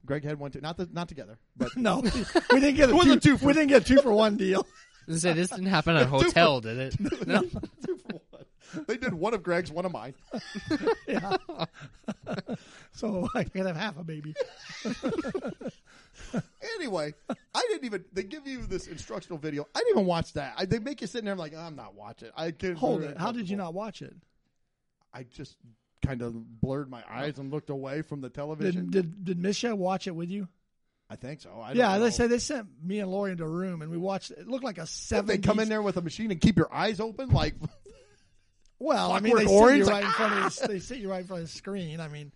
Speaker 1: Greg had one too. Not the, not together, but
Speaker 3: no, we didn't get a
Speaker 1: wasn't
Speaker 3: two,
Speaker 1: two for-
Speaker 3: we didn't get a two for one deal.
Speaker 2: This, this didn't happen at a hotel, did it? No.
Speaker 1: two for one. They did one of Greg's, one of mine.
Speaker 3: Yeah. so I can have half a baby.
Speaker 1: Anyway, I didn't even. They give you this instructional video. I didn't even watch that. I, they make you sit in there like I'm not watching. I can't
Speaker 3: Hold it. How did you not watch it?
Speaker 1: I just kind of blurred my eyes and looked away from the television.
Speaker 3: Did did, did Misha watch it with you?
Speaker 1: I think so. I don't
Speaker 3: Yeah,
Speaker 1: know.
Speaker 3: they say they sent me and Lori into a room and we watched. It looked like a
Speaker 1: If
Speaker 3: seven.
Speaker 1: they come in there with a machine and keep your eyes open, like
Speaker 3: Well, I mean, they sit
Speaker 1: Clockwork
Speaker 3: you
Speaker 1: Orange,
Speaker 3: right in
Speaker 1: like,
Speaker 3: front of the, they sit you right in front of the screen. I mean,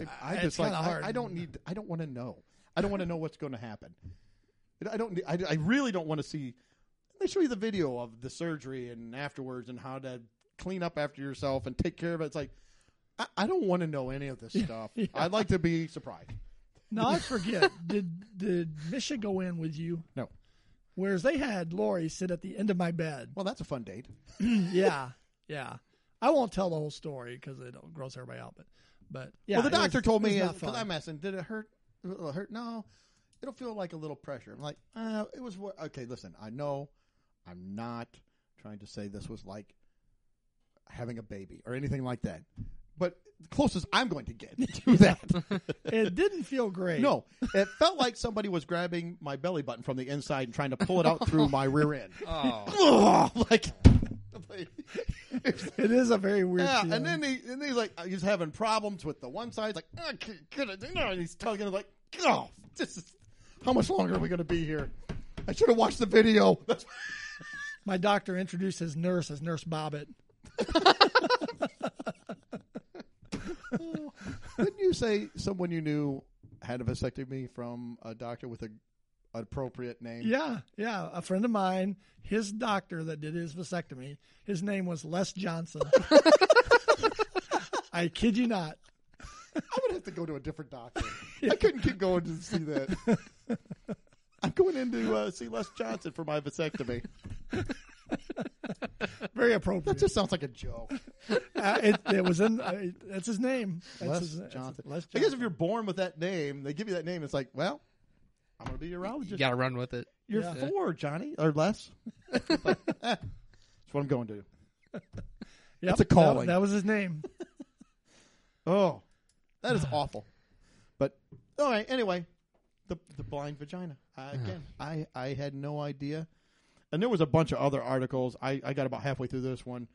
Speaker 1: I, I
Speaker 3: It's
Speaker 1: just like
Speaker 3: kinda hard.
Speaker 1: I, I don't need. I don't want to know. I don't want to know what's going to happen. I don't. need- I, I really don't want to see. They show you the video of the surgery and afterwards and how to clean up after yourself and take care of it. It's like I, I don't want to know any of this stuff.
Speaker 3: yeah.
Speaker 1: I'd like to be surprised.
Speaker 3: now I forget. did did Misha go in with you?
Speaker 1: No.
Speaker 3: Whereas they had Lori sit at the end of my bed.
Speaker 1: Well, that's a fun date.
Speaker 3: yeah, yeah. I won't tell the whole story because it gross everybody out. But but yeah.
Speaker 1: well, the
Speaker 3: it was-
Speaker 1: doctor told
Speaker 3: it was
Speaker 1: me
Speaker 3: not
Speaker 1: because
Speaker 3: fun.
Speaker 1: I'm asking, did it hurt? Will it hurt? No, it'll feel like a little pressure. I'm like, uh, it was wor- okay. Listen, I know, I'm not trying to say this was like having a baby or anything like that, but the closest I'm going to get to that.
Speaker 3: It didn't feel great.
Speaker 1: no, it felt like somebody was grabbing my belly button from the inside and trying to pull it out through my rear end.
Speaker 2: Oh.
Speaker 1: like. like-
Speaker 3: it is a very weird.
Speaker 1: yeah,
Speaker 3: feeling.
Speaker 1: and then he, and then he's like, he's having problems with the one side. He's like, oh, could, could, no, and he's tugging it like, oh, this is, how much longer are we going to be here? I should have watched the video. That's,
Speaker 3: my doctor introduced his nurse as Nurse Bobbitt.
Speaker 1: didn't you say someone you knew had a vasectomy from a doctor with a an appropriate name?
Speaker 3: Yeah, yeah. A friend of mine, his doctor that did his vasectomy, his name was Les Johnson. I kid you not.
Speaker 1: I would have to go to a different doctor. I couldn't keep going to see that. I'm going in to uh, see Les Johnson for my vasectomy.
Speaker 3: Very appropriate.
Speaker 1: That just sounds like a joke.
Speaker 3: uh, it, it was in. Uh, that's his name. That's
Speaker 1: Les
Speaker 3: his, that's-
Speaker 1: Johnson.
Speaker 3: Les
Speaker 1: I guess if
Speaker 3: Johnson.
Speaker 1: you're born with that name, they give you that name. It's like, well, I'm going to be a urologist.
Speaker 2: You got to run with it.
Speaker 1: You're
Speaker 3: Yeah.
Speaker 1: four, Johnny, or less. That's what I'm going to.
Speaker 3: Yep,
Speaker 1: that's a
Speaker 3: that-
Speaker 1: calling.
Speaker 3: That, was his name.
Speaker 1: Oh, that is awful. But all right. Anyway, the the blind vagina. I, again, I I had no idea. And there was a bunch of other articles. I I got about halfway through this one,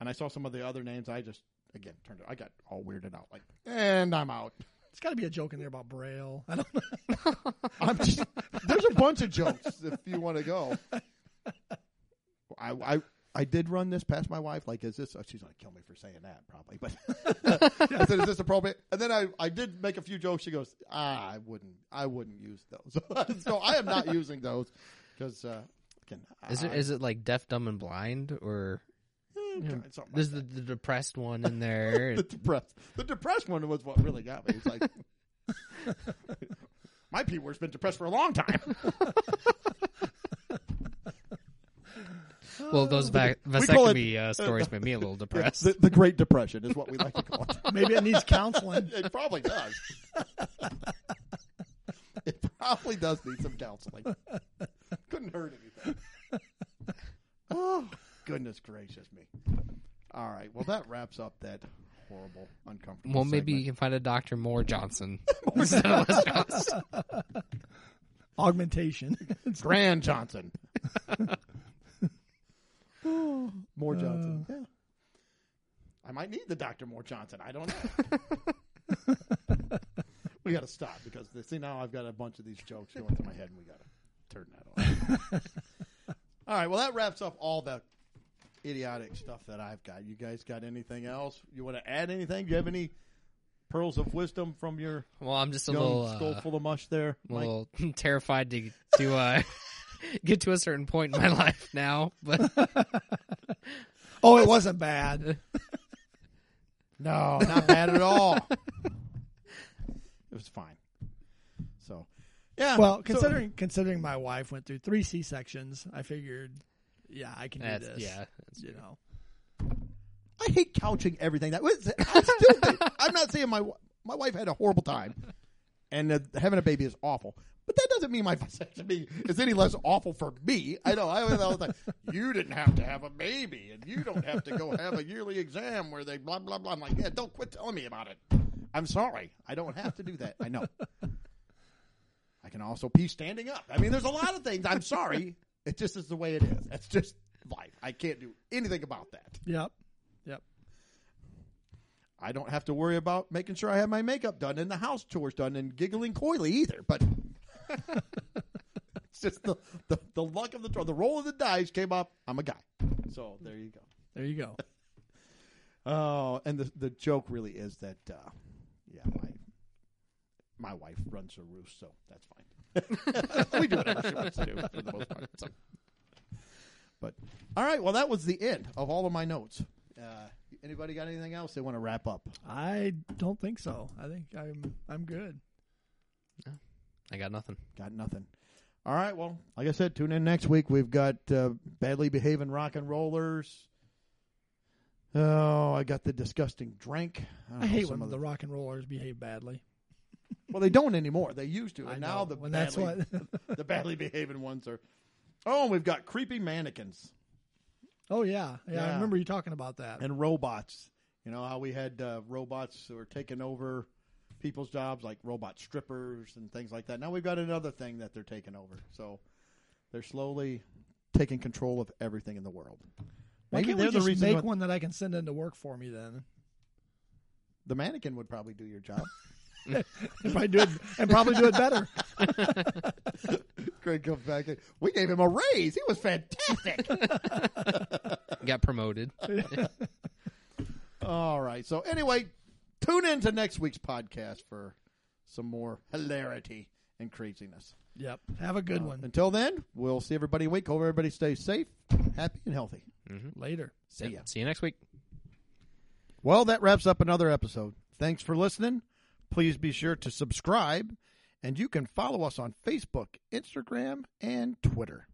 Speaker 1: and I saw some of the other names. I just again turned. it- I got all weirded out. Like, and I'm out.
Speaker 3: It's got to be a joke in there about Braille. I don't know.
Speaker 1: I'm just, there's a bunch of jokes if you want to go. I, I I did run this past my wife. Like, is this? Oh, she's gonna kill me for saying that, probably. But I said, is this appropriate? And then I, I did make a few jokes. She goes, ah, I wouldn't I wouldn't use those. so I am not using those because uh, again,
Speaker 2: Is
Speaker 1: I,
Speaker 2: it is it like deaf, dumb, and blind, or
Speaker 1: Eh, something like
Speaker 2: there's the, the depressed one in there?
Speaker 1: the depressed. The depressed one was what really got me. It's like my P word's been depressed for a long time.
Speaker 2: well, those va-
Speaker 1: we call it-
Speaker 2: vasectomy uh, stories made me a little depressed.
Speaker 1: the, the Great Depression is what we like to call it.
Speaker 3: Maybe it needs counseling.
Speaker 1: It probably does. it probably does need some counseling. Couldn't hurt anything. Oh, goodness gracious me. All right. Well, that wraps up that horrible, uncomfortable.
Speaker 2: well, maybe you
Speaker 1: segment.
Speaker 2: can find a Dr. Moore Johnson instead of Les Johnson.
Speaker 3: Augmentation. It's-
Speaker 1: Grand Johnson. More Johnson. yeah. I might need the Dr. More Johnson. I don't know. we got to stop because see now I've got a bunch of these jokes going through my head and we got to turn that off. all right, well that wraps up all the idiotic stuff that I've got. You guys got anything else? You want to add anything? Do you have any pearls of wisdom from your
Speaker 2: Well, I'm just a
Speaker 1: young
Speaker 2: little,
Speaker 1: skull
Speaker 2: uh,
Speaker 1: full of mush there?
Speaker 2: I'm a
Speaker 1: Mike?
Speaker 2: little terrified to to uh, get to a certain point in my life now, but
Speaker 3: Oh, it wasn't bad.
Speaker 1: No, not bad at all. It was fine. So, yeah.
Speaker 3: Well,
Speaker 1: so-
Speaker 3: considering considering my wife went through three C sections, I figured, yeah, I can do
Speaker 2: That's,
Speaker 3: this.
Speaker 2: yeah. that's-
Speaker 3: you know.
Speaker 1: I hate couching everything. That was I still think, I'm not saying my wi- my wife had a horrible time, and uh, having a baby is awful. But that doesn't mean my vasectomy is any less awful for me. I know I always all the time. You didn't have to have a baby, and you don't have to go have a yearly exam where they blah blah blah. I'm like, yeah, don't quit telling me about it. I'm sorry, I don't have to do that. I know. I can also pee standing up. I mean, there's a lot of things. I'm sorry. It just is the way it is. That's just life. I can't do anything about that.
Speaker 3: Yep. Yep.
Speaker 1: I don't have to worry about making sure I have my makeup done and the house chores done and giggling coyly either. But it's just the, the, the luck of the draw. The roll of the dice came up. I'm a guy. So there you go.
Speaker 3: There you go.
Speaker 1: Oh, and the the joke really is that, uh, yeah, my my wife runs a roost, so that's fine. we do whatever she wants to do for the most part. so. But all right, well, that was the end of all of my notes. Uh, anybody got anything else they want to wrap up?
Speaker 3: I don't think so. I think I'm I'm good.
Speaker 2: I got nothing.
Speaker 1: Got nothing. All right. Well, like I said, tune in next week. We've got uh, badly behaving rock and rollers. Oh, I got the disgusting drink. don't
Speaker 3: I
Speaker 1: know,
Speaker 3: hate
Speaker 1: some
Speaker 3: when
Speaker 1: of
Speaker 3: the rock and rollers behave badly.
Speaker 1: well, they don't anymore. They used to,
Speaker 3: I
Speaker 1: and now
Speaker 3: know.
Speaker 1: the
Speaker 3: Well,
Speaker 1: badly,
Speaker 3: that's
Speaker 1: the badly behaving ones are. Oh, and we've got creepy mannequins
Speaker 3: Oh yeah, yeah. I
Speaker 1: Yeah.
Speaker 3: remember you talking about that.
Speaker 1: and robots. You know how we had uh, robots who were taking over people's jobs, like robot strippers and things like that. Now we've got another thing that they're taking over. So they're slowly taking control of everything in the world.
Speaker 3: Why
Speaker 1: Maybe
Speaker 3: can't
Speaker 1: they're
Speaker 3: we
Speaker 1: the
Speaker 3: just
Speaker 1: reason
Speaker 3: make
Speaker 1: why-
Speaker 3: one that I can send into work for me then?
Speaker 1: The mannequin would probably do your job.
Speaker 3: and probably do it, and probably do it better.
Speaker 1: Greg comes back. in. We gave him a raise. He was fantastic.
Speaker 2: Got promoted.
Speaker 1: All right. So anyway, tune in to next week's podcast for some more hilarity and craziness.
Speaker 3: Yep. Have a good one.
Speaker 1: Until then, we'll see everybody in a week. Hope everybody stays safe, happy, and healthy.
Speaker 3: Later.
Speaker 1: See ya.
Speaker 2: See you next week.
Speaker 1: Well, that wraps up another episode. Thanks for listening. Please be sure to subscribe, and you can follow us on Facebook, Instagram, and Twitter.